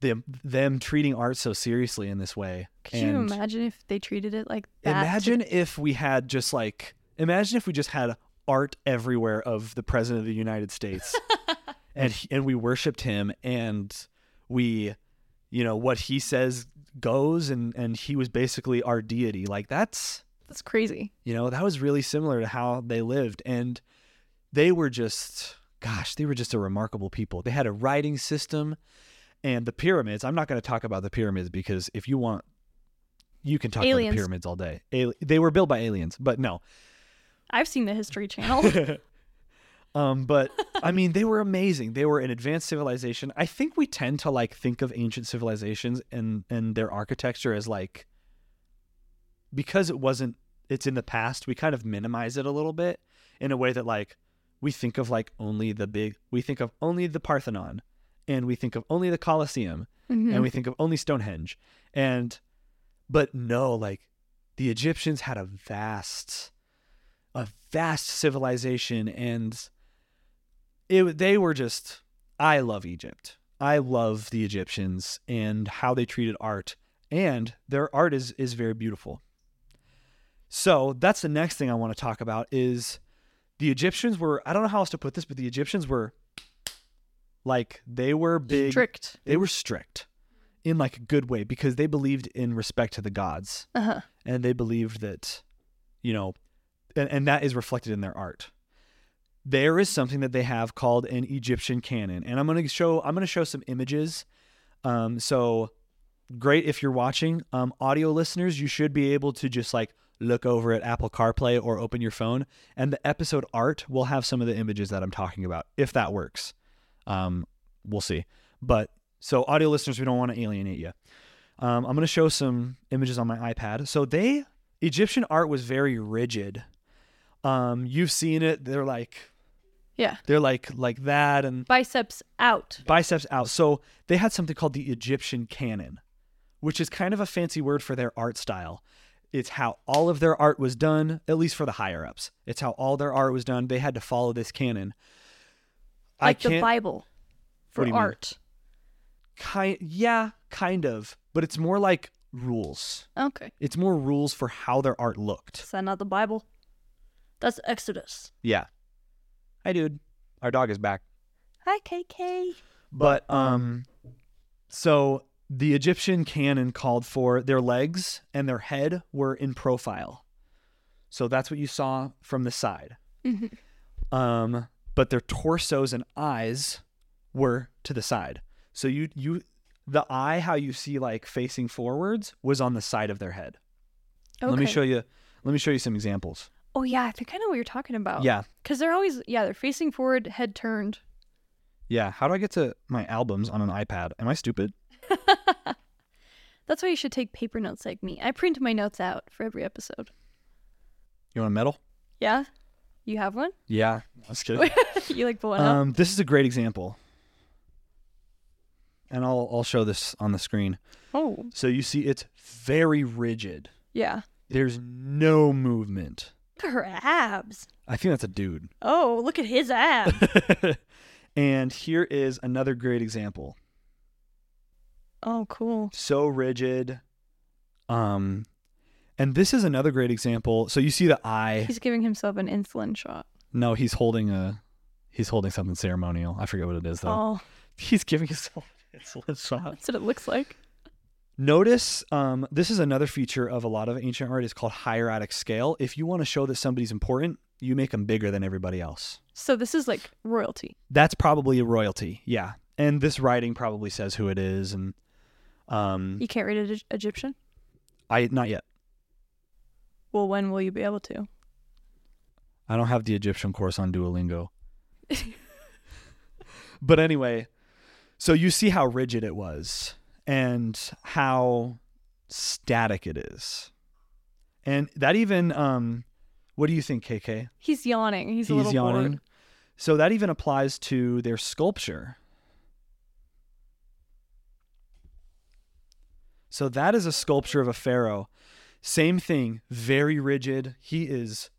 Speaker 2: them them treating art so seriously in this way.
Speaker 1: could you
Speaker 2: and
Speaker 1: imagine if they treated it like that?
Speaker 2: imagine if we had just like imagine if we just had art everywhere of the president of the United States and he- and we worshipped him and we you know what he says goes and and he was basically our deity like that's
Speaker 1: That's crazy.
Speaker 2: you know that was really similar to how they lived and they were just gosh they were just a remarkable people they had a writing system and the pyramids i'm not going to talk about the pyramids because if you want you can talk about
Speaker 1: Aliens.
Speaker 2: the pyramids all day Ali- they were built by aliens but no
Speaker 1: I've seen the
Speaker 2: <laughs>
Speaker 1: History Channel.
Speaker 2: um, but I mean, they were amazing. They were an advanced civilization. I think we tend to like think of ancient civilizations and and their architecture as like because it wasn't it's in the past. We kind of minimize it a little bit in a way that like we think of like only the big. We think of only the Parthenon, and we think of only the Colosseum,
Speaker 1: Mhm.
Speaker 2: and we think of only Stonehenge. And but no, like the Egyptians had a vast a vast civilization and it they were just I love Egypt. I love the Egyptians and how they treated art and their art is is very beautiful. So, that's the next thing I want to talk about is the Egyptians were I don't know how else to put this, but the Egyptians were like they were big
Speaker 1: Strict.
Speaker 2: they were strict in like a good way because they believed in respect to the gods
Speaker 1: Uh-huh.
Speaker 2: and they believed that you know and, and that is reflected in their art there is something that they have called an egyptian canon and i'm going to show i'm going to show some images um, so great if you're watching um, audio listeners you should be able to just like look over at apple carplay or open your phone and the episode art will have some of the images that i'm talking about if that works um, we'll see but so audio listeners we don't want to alienate you um, i'm going to show some images on my ipad so they egyptian art was very rigid um, you've seen it they're like
Speaker 1: Yeah.
Speaker 2: they're like like that and
Speaker 1: Biceps out.
Speaker 2: biceps out. So they had something called the Egyptian canon, which is kind of a fancy word for their art style. It's how all of their art was done, at least for the higher ups. It's how all their art was done. They had to follow this canon.
Speaker 1: Like
Speaker 2: I can't
Speaker 1: the Bible
Speaker 2: What do
Speaker 1: for
Speaker 2: you mean?
Speaker 1: art.
Speaker 2: kind yeah, kind of, but it's more like rules.
Speaker 1: Okay.
Speaker 2: It's more rules for how their art looked.
Speaker 1: Is that not the Bible? That's Exodus.
Speaker 2: Yeah. Hi dude. Our dog is back.
Speaker 1: Hi, KK.
Speaker 2: But um so the Egyptian canon called for their legs and their head were in profile. So that's what you saw from the side.
Speaker 1: Mhm.
Speaker 2: Um but their torsos and eyes were to the side. So you you the eye how you see like facing forwards was on the side of their head. Let me
Speaker 1: Okay.
Speaker 2: show you let me show you some examples.
Speaker 1: Oh yeah, I think I know what you're talking about.
Speaker 2: Yeah.
Speaker 1: Because they're always yeah they're facing forward, head turned.
Speaker 2: Yeah. How do I get to my albums on an iPad? Am I stupid?
Speaker 1: That's why you should take paper notes like me. I print my notes out for every episode.
Speaker 2: You want a medal?
Speaker 1: Yeah, you have one. <laughs>
Speaker 2: Yeah. I was kidding.
Speaker 1: you like pulling up.
Speaker 2: Um, this is a great example. And I'll I'll show this on the screen.
Speaker 1: Oh
Speaker 2: So you see it's very rigid.
Speaker 1: yeah,
Speaker 2: There's no movement.
Speaker 1: look at her abs.
Speaker 2: I think that's a dude.
Speaker 1: Oh look at his abs.
Speaker 2: <laughs> and here is another great example.
Speaker 1: oh cool.
Speaker 2: so rigid. Um, and this is another great example. So you see the
Speaker 1: <laughs>
Speaker 2: eye.
Speaker 1: He's giving himself an insulin shot.
Speaker 2: No, he's holding a, he's holding something ceremonial. I forget what it is though.
Speaker 1: Oh,
Speaker 2: He's giving <laughs> himself an insulin shot.
Speaker 1: that's what it looks like.
Speaker 2: Notice, um, this is another feature of a lot of ancient art is called hieratic scale. If you want to show that somebody's important, you make them bigger than everybody else.
Speaker 1: So this is like royalty.
Speaker 2: That's probably a royalty. Yeah. And this writing probably says who it is. And, um,
Speaker 1: You can't read an Egyptian.
Speaker 2: I, not yet.
Speaker 1: Well, when will you be able to?
Speaker 2: I don't have the Egyptian course on Duolingo. but anyway, so you see how rigid it was and how static it is. And that even um what do you think KK?
Speaker 1: He's yawning. He's, a little bored.
Speaker 2: So that even applies to their sculpture. So that is a sculpture of a pharaoh. Same thing, very rigid. He is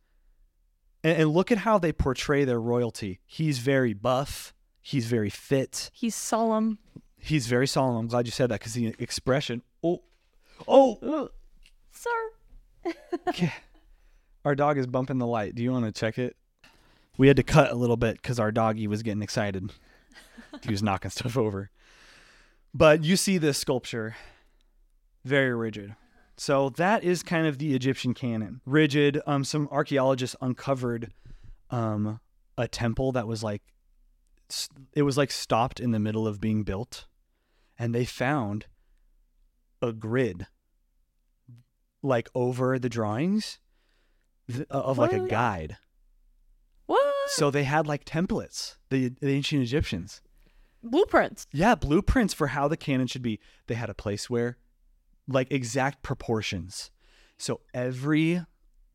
Speaker 2: and, and look at how they portray their royalty. He's very buff, he's very fit,
Speaker 1: He's solemn.
Speaker 2: he's very solemn. I'm glad you said that cuz the expression oh oh
Speaker 1: Ugh. Sir.
Speaker 2: <laughs> Okay. Our dog is bumping the light. Do you want to check it? We had to cut a little bit because our doggy was getting excited. he was knocking stuff over. But you see this sculpture, very rigid. So that is kind of the Egyptian canon. Rigid. Um, some archaeologists uncovered um, a temple that was like, s- it was like stopped in the middle of being built, and they found a grid like over the drawings th- uh, of like a
Speaker 1: What?
Speaker 2: guide.
Speaker 1: What?
Speaker 2: So they had like templates, the, the ancient Egyptians.
Speaker 1: Blueprints.
Speaker 2: Yeah, blueprints for how the cannon should be. They had a place where like exact proportions. So every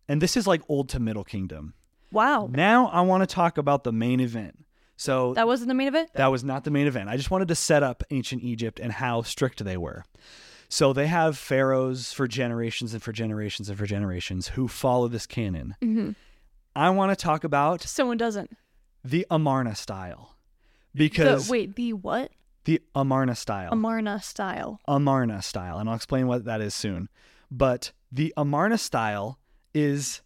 Speaker 2: and this is like old to middle kingdom.
Speaker 1: Wow.
Speaker 2: Now I want to talk about the main event. So
Speaker 1: That wasn't the main event?
Speaker 2: that was not the main event. I just wanted to set up ancient Egypt and how strict they were. So they have pharaohs for generations and for generations and for generations who follow this canon.
Speaker 1: Mm-hmm.
Speaker 2: I want to talk about
Speaker 1: Someone doesn't.
Speaker 2: the Amarna style
Speaker 1: The,
Speaker 2: because
Speaker 1: wait, the what?
Speaker 2: the Amarna style,
Speaker 1: Amarna style.
Speaker 2: Amarna style, and I'll explain what that is soon. But the Amarna style is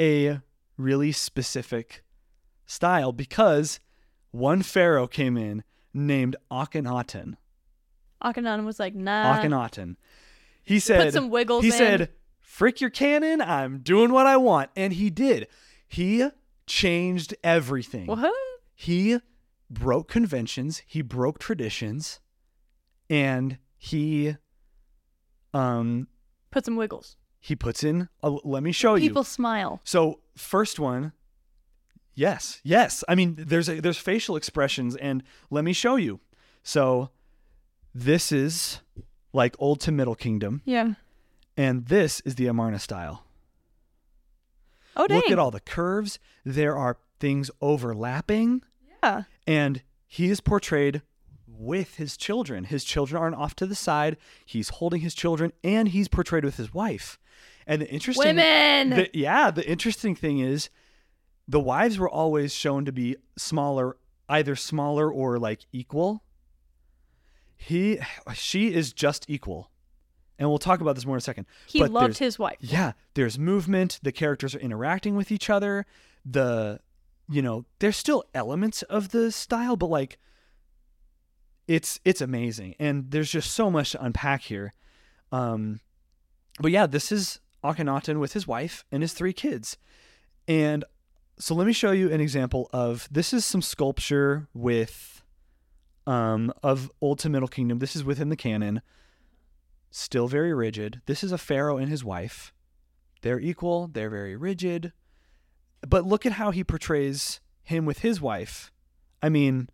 Speaker 2: a really specific style because one pharaoh came in named Akhenaten.
Speaker 1: Akhenaten was like, nah.
Speaker 2: Akhenaten. He said,
Speaker 1: Uh, some wiggles
Speaker 2: He
Speaker 1: in.
Speaker 2: said, "Frick your cannon! I'm doing what I want," and he did. He changed everything.
Speaker 1: What?
Speaker 2: He broke conventions. He broke traditions, and he, um,
Speaker 1: Put some wiggles.
Speaker 2: he puts in. A, let me show Oh, you.
Speaker 1: People smile.
Speaker 2: So first one, yes, yes. I mean, there's a, there's facial expressions, and let me show you. So this is like old to middle kingdom,
Speaker 1: Yeah.
Speaker 2: and this is the Amarna style.
Speaker 1: Oh, dang.
Speaker 2: Look at all the curves. There are things overlapping,
Speaker 1: Yeah.
Speaker 2: and he is portrayed with his children. His children aren't off to the side. He's holding his children, and he's portrayed with his wife. And the interesting
Speaker 1: Women.
Speaker 2: The- yeah, the interesting thing is the wives were always shown to be smaller, either smaller or like equal. He she is just equal. And we'll talk about this more in a second.
Speaker 1: he
Speaker 2: but
Speaker 1: loved
Speaker 2: there's-
Speaker 1: his wife.
Speaker 2: Yeah, there's movement, the characters are interacting with each other, the you know, there's still elements of the style, but like it's it's amazing. And there's just so much to unpack here. Um, but yeah, this is Akhenaten with his wife and his three kids. And so let me show you an example of this is some sculpture with um of Old to Middle Kingdom. This is within the canon. Still very rigid. This is a pharaoh and his wife. They're equal, they're very rigid. But look at how he portrays him with his wife. I mean,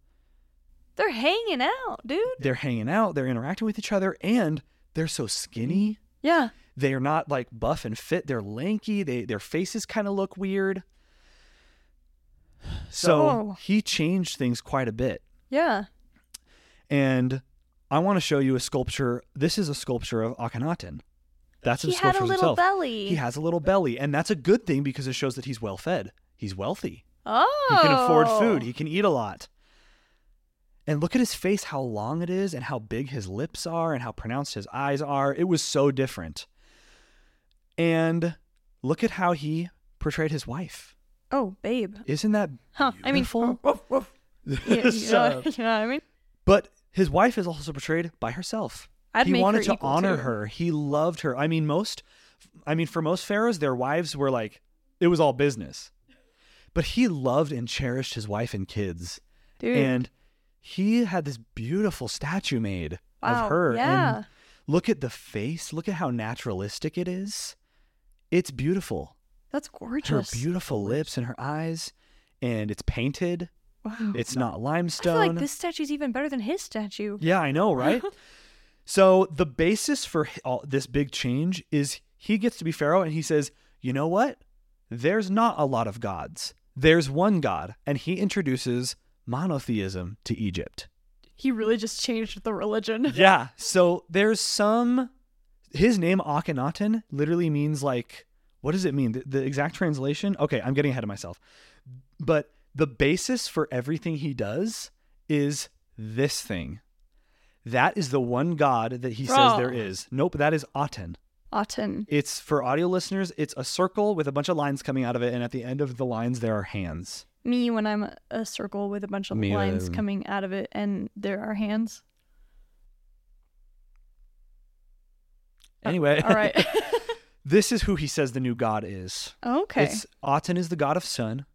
Speaker 1: They're hanging out, dude.
Speaker 2: they're hanging out, they're interacting with each other, and they're so skinny.
Speaker 1: Yeah.
Speaker 2: They're not like buff and fit. They're lanky. They their faces kind of look weird. So
Speaker 1: Oh.
Speaker 2: he changed things quite a bit.
Speaker 1: Yeah.
Speaker 2: And I want to show you a sculpture. This is a sculpture of Akhenaten. That's
Speaker 1: he
Speaker 2: a sculpture
Speaker 1: had a
Speaker 2: of
Speaker 1: little
Speaker 2: himself.
Speaker 1: belly.
Speaker 2: He has a little belly, and that's a good thing because it shows that he's well fed. He's wealthy.
Speaker 1: oh.
Speaker 2: He can afford food. He can eat a lot. And look at his face, how long it is, and how big his lips are, and how pronounced his eyes are. It was so different. And look at how he portrayed his wife.
Speaker 1: oh, babe.
Speaker 2: Isn't that
Speaker 1: Huh. I mean, <laughs>
Speaker 2: Beautiful.
Speaker 1: woof, woof. You, you know,
Speaker 2: <laughs> So-
Speaker 1: what- you know what I mean?
Speaker 2: But his wife is also portrayed by herself.
Speaker 1: I'd
Speaker 2: he
Speaker 1: make
Speaker 2: wanted
Speaker 1: her
Speaker 2: to
Speaker 1: equal,
Speaker 2: honor
Speaker 1: too.
Speaker 2: her. He loved her. I mean, most, I mean, for most pharaohs, their wives were like, it was all business. But he loved and cherished his wife and kids.
Speaker 1: Dude.
Speaker 2: And he had this beautiful statue made
Speaker 1: wow.
Speaker 2: of her.
Speaker 1: Yeah.
Speaker 2: And look at the face. Look at how naturalistic it is. It's beautiful.
Speaker 1: That's
Speaker 2: Her
Speaker 1: gorgeous.
Speaker 2: beautiful lips and her eyes. And it's painted.
Speaker 1: wow.
Speaker 2: It's not
Speaker 1: Oh, I feel
Speaker 2: limestone.
Speaker 1: like this statue's even better than his statue.
Speaker 2: Yeah, I know, right? so the basis for h- all this big change is he gets to be Pharaoh and he says, you know what? There's not a lot of gods. There's one God. And he introduces monotheism to Egypt.
Speaker 1: He really just changed the <laughs> religion.
Speaker 2: yeah. So there's some. His name, Akhenaten, literally means like, what does it mean? The, the exact translation? Okay, I'm getting ahead of myself. But the basis for everything he does is this thing. That is the one God that he says
Speaker 1: Wrong.
Speaker 2: there is. Nope, that is Aten.
Speaker 1: Aten.
Speaker 2: It's for audio listeners, it's a circle with a bunch of lines coming out of it. And at the end of the lines, there are hands.
Speaker 1: Me when I'm a- a circle with a bunch of
Speaker 2: Me
Speaker 1: lines
Speaker 2: when-
Speaker 1: coming out of it and there are hands.
Speaker 2: Anyway,
Speaker 1: Uh, All <laughs> right.
Speaker 2: <laughs> this is who he says the new God is.
Speaker 1: okay.
Speaker 2: It's Aten is the god of sun,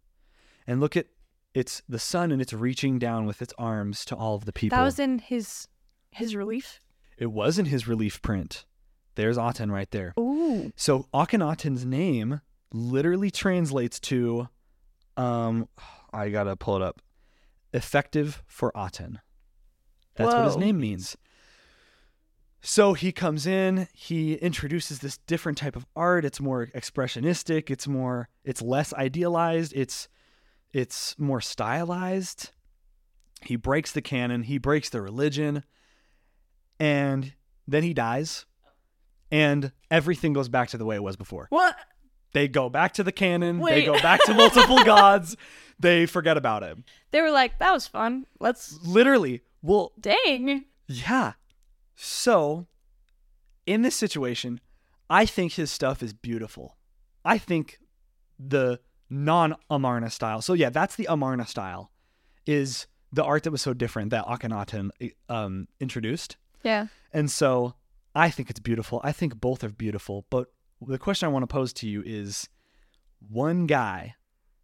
Speaker 2: and look at it's the sun and it's reaching down with its arms to all of the people.
Speaker 1: That was in his his relief.
Speaker 2: it was in his relief print. There's Aten right there.
Speaker 1: Ooh.
Speaker 2: So Akhenaten's name literally translates to, um, <sighs> I gotta pull it up. Effective for Aten. That's what his
Speaker 1: Whoa.
Speaker 2: name means. So he comes in, he introduces this different type of art. It's more expressionistic, it's more it's less idealized, it's it's more stylized. He breaks the canon, he breaks the religion, and then he dies. And everything goes back to the way it was before.
Speaker 1: What?
Speaker 2: They go back to the canon, they
Speaker 1: Wait.
Speaker 2: go back
Speaker 1: <laughs>
Speaker 2: to multiple gods, they forget about him.
Speaker 1: They were like, that was fun. Let's
Speaker 2: Literally, well,
Speaker 1: dang.
Speaker 2: Yeah. So, in this situation, I think his stuff is beautiful. I think the non Amarna style. So, yeah, that's the Amarna style, is the art that was so different that Akhenaten um, introduced.
Speaker 1: Yeah.
Speaker 2: And so, I think it's beautiful. I think both are beautiful. But the question I want to pose to you is one guy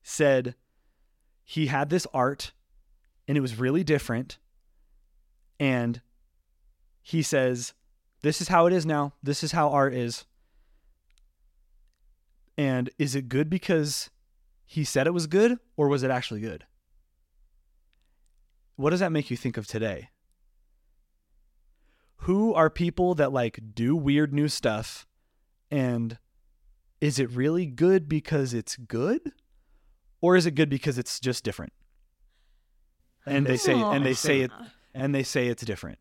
Speaker 2: said he had this art and it was really different. And he says, This is how it is now. This is how art is. And is it good because he said it was good or was it actually good? What does that make you think of today? Who are people that like do weird new stuff and is it really good because it's good or is it good because it's just different? And they say and they say it and they say it's different.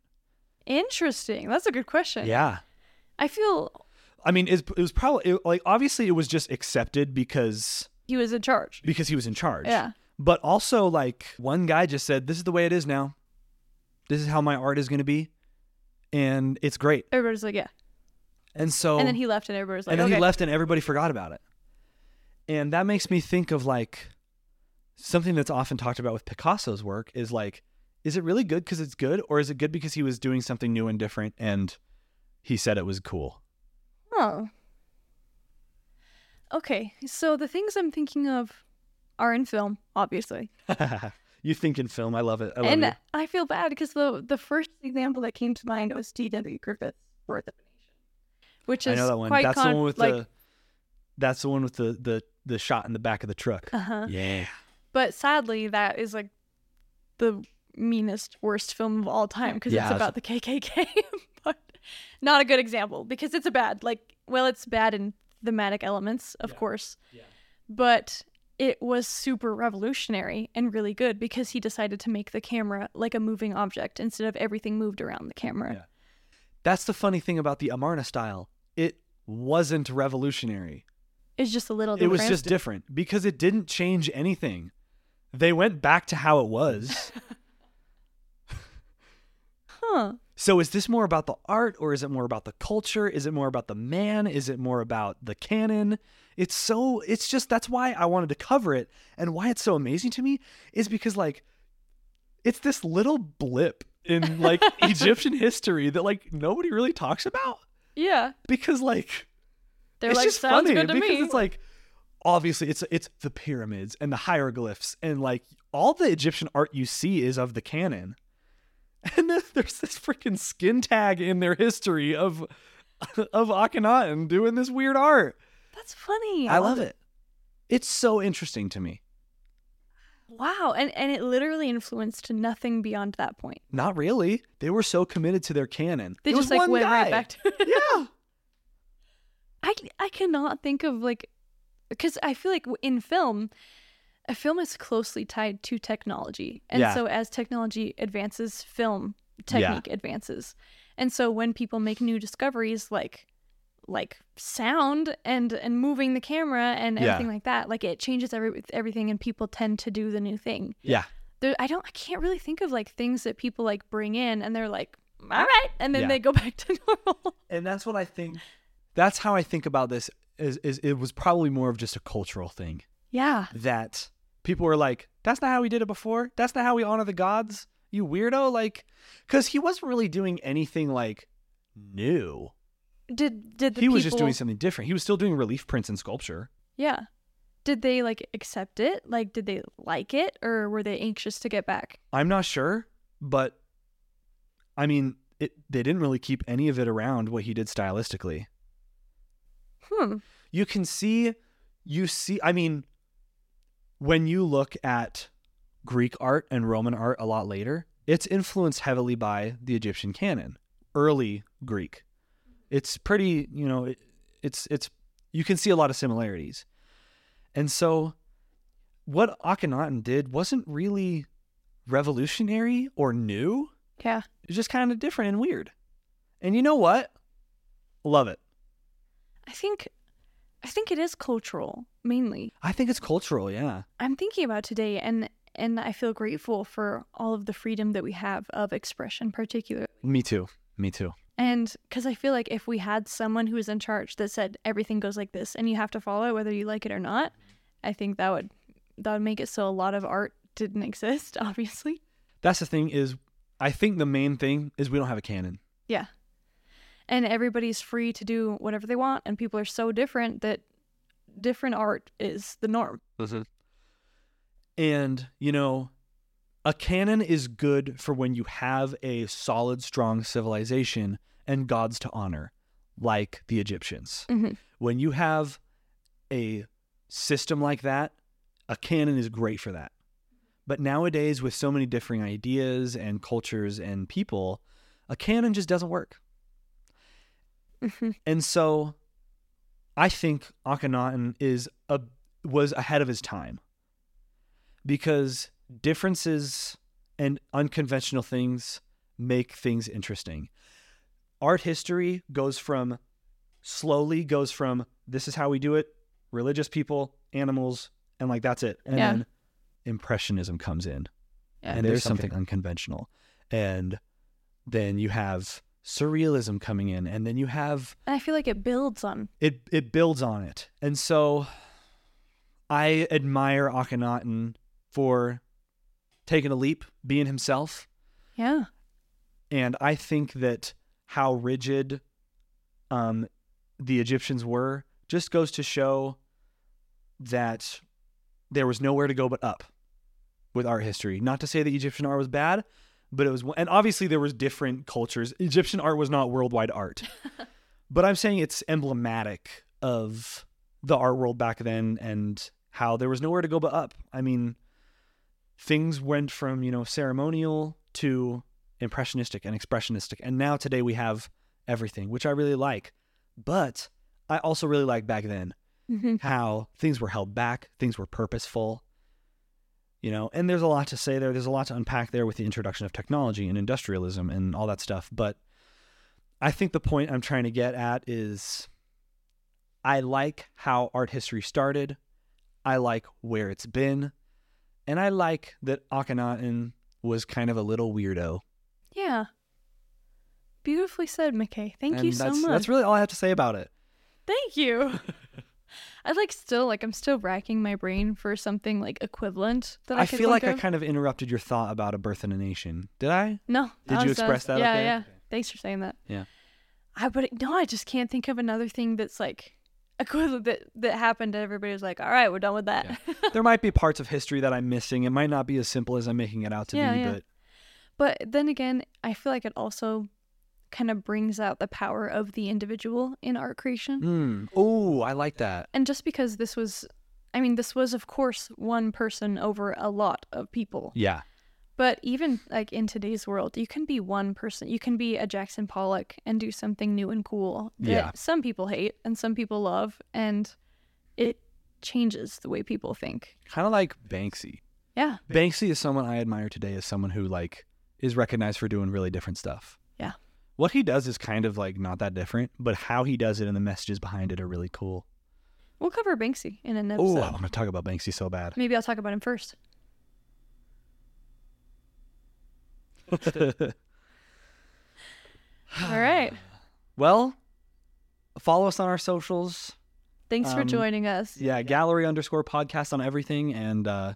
Speaker 1: Interesting. That's a good question.
Speaker 2: Yeah.
Speaker 1: I feel
Speaker 2: I mean, it's, it was probably it, like obviously it was just accepted because
Speaker 1: he was in charge.
Speaker 2: because he was in charge.
Speaker 1: Yeah.
Speaker 2: But also like one guy just said, "This is the way it is now. This is how my art is going to be." And it's great.
Speaker 1: Everybody's like, yeah.
Speaker 2: And so
Speaker 1: And then he left and everybody's like,
Speaker 2: Oh. and then
Speaker 1: okay.
Speaker 2: he left and everybody forgot about it. And that makes me think of like something that's often talked about with Picasso's work is like is it really good because it's good or is it good because he was doing something new and different and he said it was cool? <laughs>
Speaker 1: Oh. Okay. So the things I'm thinking of are in film, obviously.
Speaker 2: you think in film, I love it. I love
Speaker 1: and
Speaker 2: it.
Speaker 1: I feel bad because the the first example that came to mind was D.W. Griffith's Birth of a Nation, which is
Speaker 2: I know that one.
Speaker 1: quite
Speaker 2: That's the
Speaker 1: con-
Speaker 2: one with
Speaker 1: like,
Speaker 2: the. That's the one with the the the shot in the back of the truck.
Speaker 1: Uh huh.
Speaker 2: Yeah.
Speaker 1: But sadly, that is like the meanest, worst film of all time because
Speaker 2: Yeah,
Speaker 1: it's
Speaker 2: it's-
Speaker 1: about the KKK. <laughs> but not a good example because it's a bad, like, well, it's bad in thematic elements, of course.
Speaker 2: Yeah.
Speaker 1: But it was super revolutionary and really good because he decided to make the camera like a moving object instead of everything moved around the camera.
Speaker 2: Yeah. That's the funny thing about the Amarna style. It wasn't revolutionary.
Speaker 1: It's just a little
Speaker 2: It
Speaker 1: different.
Speaker 2: was just different because it didn't change anything. They went back to how
Speaker 1: <laughs>
Speaker 2: it was.
Speaker 1: huh.
Speaker 2: so is this more about the art or is it more about the culture? Is it more about the man? Is it more about the canon? It's so it's just that's why I wanted to cover it and why it's so amazing to me is because like it's this little blip in like Egyptian history that like nobody really talks about
Speaker 1: Yeah.
Speaker 2: because like
Speaker 1: They're
Speaker 2: it's
Speaker 1: like,
Speaker 2: just
Speaker 1: sounds
Speaker 2: funny
Speaker 1: good to
Speaker 2: because
Speaker 1: me.
Speaker 2: it's like obviously it's it's the pyramids and the hieroglyphs and like all the Egyptian art you see is of the canon, <laughs> and then there's this freaking skin tag in their history of <laughs> of Akhenaten doing this weird art.
Speaker 1: That's funny.
Speaker 2: I love it. It's so interesting to me.
Speaker 1: Wow. And and it literally influenced nothing beyond that point.
Speaker 2: Not really. They were so committed to their canon.
Speaker 1: They
Speaker 2: It was
Speaker 1: just like
Speaker 2: one
Speaker 1: went right
Speaker 2: guy.
Speaker 1: back to
Speaker 2: <laughs>
Speaker 1: <laughs>
Speaker 2: yeah.
Speaker 1: I I cannot think of like because I feel like in film a film is closely tied to technology. And
Speaker 2: Yeah.
Speaker 1: so as technology advances, film
Speaker 2: Yeah.
Speaker 1: technique advances. And so when people make new discoveries like like sound and and moving the camera and
Speaker 2: Yeah.
Speaker 1: everything like that, like it changes every everything and people tend to do the new thing.
Speaker 2: Yeah.
Speaker 1: there, I don't I can't really think of like things that people like bring in and they're like, all right, and then
Speaker 2: Yeah.
Speaker 1: they go <laughs> back to normal.
Speaker 2: and that's what I think. That's how I think about this. Is, is it was probably more of just a cultural thing
Speaker 1: yeah.
Speaker 2: that people were like, "That's not how we did it before. That's not how we honor the gods. You weirdo!" Like, because he wasn't really doing anything like new.
Speaker 1: Did did the
Speaker 2: He was just
Speaker 1: people-
Speaker 2: doing something different. He was still doing relief prints and sculpture.
Speaker 1: Yeah. Did they like accept it? Like did they like it or were they anxious to get back?
Speaker 2: I'm not sure, but I mean, it they didn't really keep any of it around what he did stylistically.
Speaker 1: Hmm.
Speaker 2: you can see you see i mean when you look at greek art and roman art a lot later it's influenced heavily by the egyptian canon early greek it's pretty you know it, it's it's you can see a lot of similarities and so what akhenaten did wasn't really revolutionary or new
Speaker 1: Yeah.
Speaker 2: it's just kind of different and weird and you know what love it
Speaker 1: I think I think it is cultural mainly.
Speaker 2: i think it's cultural yeah
Speaker 1: I'm thinking about today and and I feel grateful for all of the freedom that we have of expression particularly.
Speaker 2: me too me too
Speaker 1: And because I feel like if we had someone who was in charge that said everything goes like this and you have to follow it whether you like it or not, I think that would that would make it so a lot of art didn't <laughs> exist, obviously.
Speaker 2: that's the thing is i think the main thing is we don't have a canon
Speaker 1: Yeah. And everybody's free to do whatever they want and people are so different that different art is the norm. <laughs>
Speaker 2: and you know a canon is good for when you have a solid strong civilization and gods to honor like the egyptians
Speaker 1: Mhm.
Speaker 2: when you have a system like that a canon is great for that but nowadays with so many differing ideas and cultures and people a canon just doesn't work
Speaker 1: Mhm.
Speaker 2: And so I think Akhenaten is a was ahead of his time because differences and unconventional things make things interesting. Art history goes from slowly goes from this is how we do it, religious people, animals, and like that's it. And
Speaker 1: Yeah.
Speaker 2: then impressionism comes in and there's something unconventional. And then you have surrealism coming in and then you have
Speaker 1: And I feel like it builds on
Speaker 2: it it builds on it. And so I admire Akhenaten for taking a leap, being himself,
Speaker 1: yeah.
Speaker 2: and I think that how rigid um the Egyptians were just goes to show that there was nowhere to go but up with art history. Not to say that Egyptian art was bad, but it was and obviously there was different cultures. Egyptian art was not worldwide art. but I'm saying it's emblematic of the art world back then and how there was nowhere to go but up. I mean, things went from, you know, ceremonial to impressionistic and expressionistic. And now today we have everything, which I really like. But I also really like back then Mm-hmm.
Speaker 1: Mhm.
Speaker 2: how things were held back, things were purposeful. You know, and there's a lot to say there. There's a lot to unpack there with the introduction of technology and industrialism and all that stuff. But I think the point I'm trying to get at is I like how art history started. I like where it's been. And I like that Akhenaten was kind of a little weirdo.
Speaker 1: Yeah. Beautifully said, McKay. Thank you
Speaker 2: And
Speaker 1: so
Speaker 2: that's,
Speaker 1: much.
Speaker 2: That's really all I have to say about it.
Speaker 1: Thank
Speaker 2: <laughs>
Speaker 1: you. I like still like I'm still racking my brain for something like equivalent that I,
Speaker 2: I
Speaker 1: could
Speaker 2: feel like
Speaker 1: think
Speaker 2: I
Speaker 1: of.
Speaker 2: kind of interrupted your thought about a birth in a nation. Did I? <laughs>
Speaker 1: No.
Speaker 2: Did
Speaker 1: I
Speaker 2: you
Speaker 1: was done.
Speaker 2: express that
Speaker 1: Yeah,
Speaker 2: okay?
Speaker 1: yeah.
Speaker 2: Okay.
Speaker 1: Thanks for saying that.
Speaker 2: Yeah.
Speaker 1: I but no, I just can't think of another thing that's like equivalent that that happened. And everybody was like, "All right, we're done with that." <laughs>
Speaker 2: there might be parts of history that I'm missing. It might not be as simple as I'm making it out to
Speaker 1: Yeah,
Speaker 2: be,
Speaker 1: yeah.
Speaker 2: but
Speaker 1: but then again, I feel like it also kind of brings out the power of the individual in art creation.
Speaker 2: mm, oh, I like that.
Speaker 1: And just because this was, I mean, this was of course one person over a lot of people.
Speaker 2: Yeah.
Speaker 1: But even like in today's world, you can be one person. You can be a Jackson Pollock and do something new and cool that
Speaker 2: Yeah.
Speaker 1: some people hate and some people love, and it changes the way people think.
Speaker 2: Kind of like Banksy.
Speaker 1: Yeah,
Speaker 2: Banksy is someone I admire today as someone who like is recognized for doing really different stuff.
Speaker 1: Yeah.
Speaker 2: What he does is kind of like not that different, but how he does it and the messages behind it are really cool.
Speaker 1: we'll cover Banksy in an
Speaker 2: Oh,
Speaker 1: episode.
Speaker 2: I want to talk about Banksy so bad.
Speaker 1: Maybe I'll talk about him
Speaker 2: <laughs>
Speaker 1: first. All right.
Speaker 2: well, follow us on our socials.
Speaker 1: Thanks for
Speaker 2: Um,
Speaker 1: joining us.
Speaker 2: yeah, gallery underscore podcast on everything, and uh,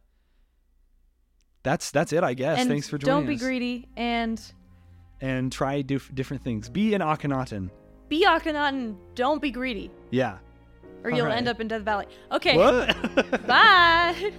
Speaker 2: that's that's it, I guess.
Speaker 1: and
Speaker 2: Thanks for joining
Speaker 1: don't be
Speaker 2: us.
Speaker 1: greedy and
Speaker 2: And try dif- different things. Be an Akhenaten.
Speaker 1: be Akhenaten. Don't be greedy,
Speaker 2: Yeah.
Speaker 1: or you'll
Speaker 2: All
Speaker 1: <laughs>
Speaker 2: right.
Speaker 1: end up in Death Valley. Okay.
Speaker 2: What?
Speaker 1: Bye.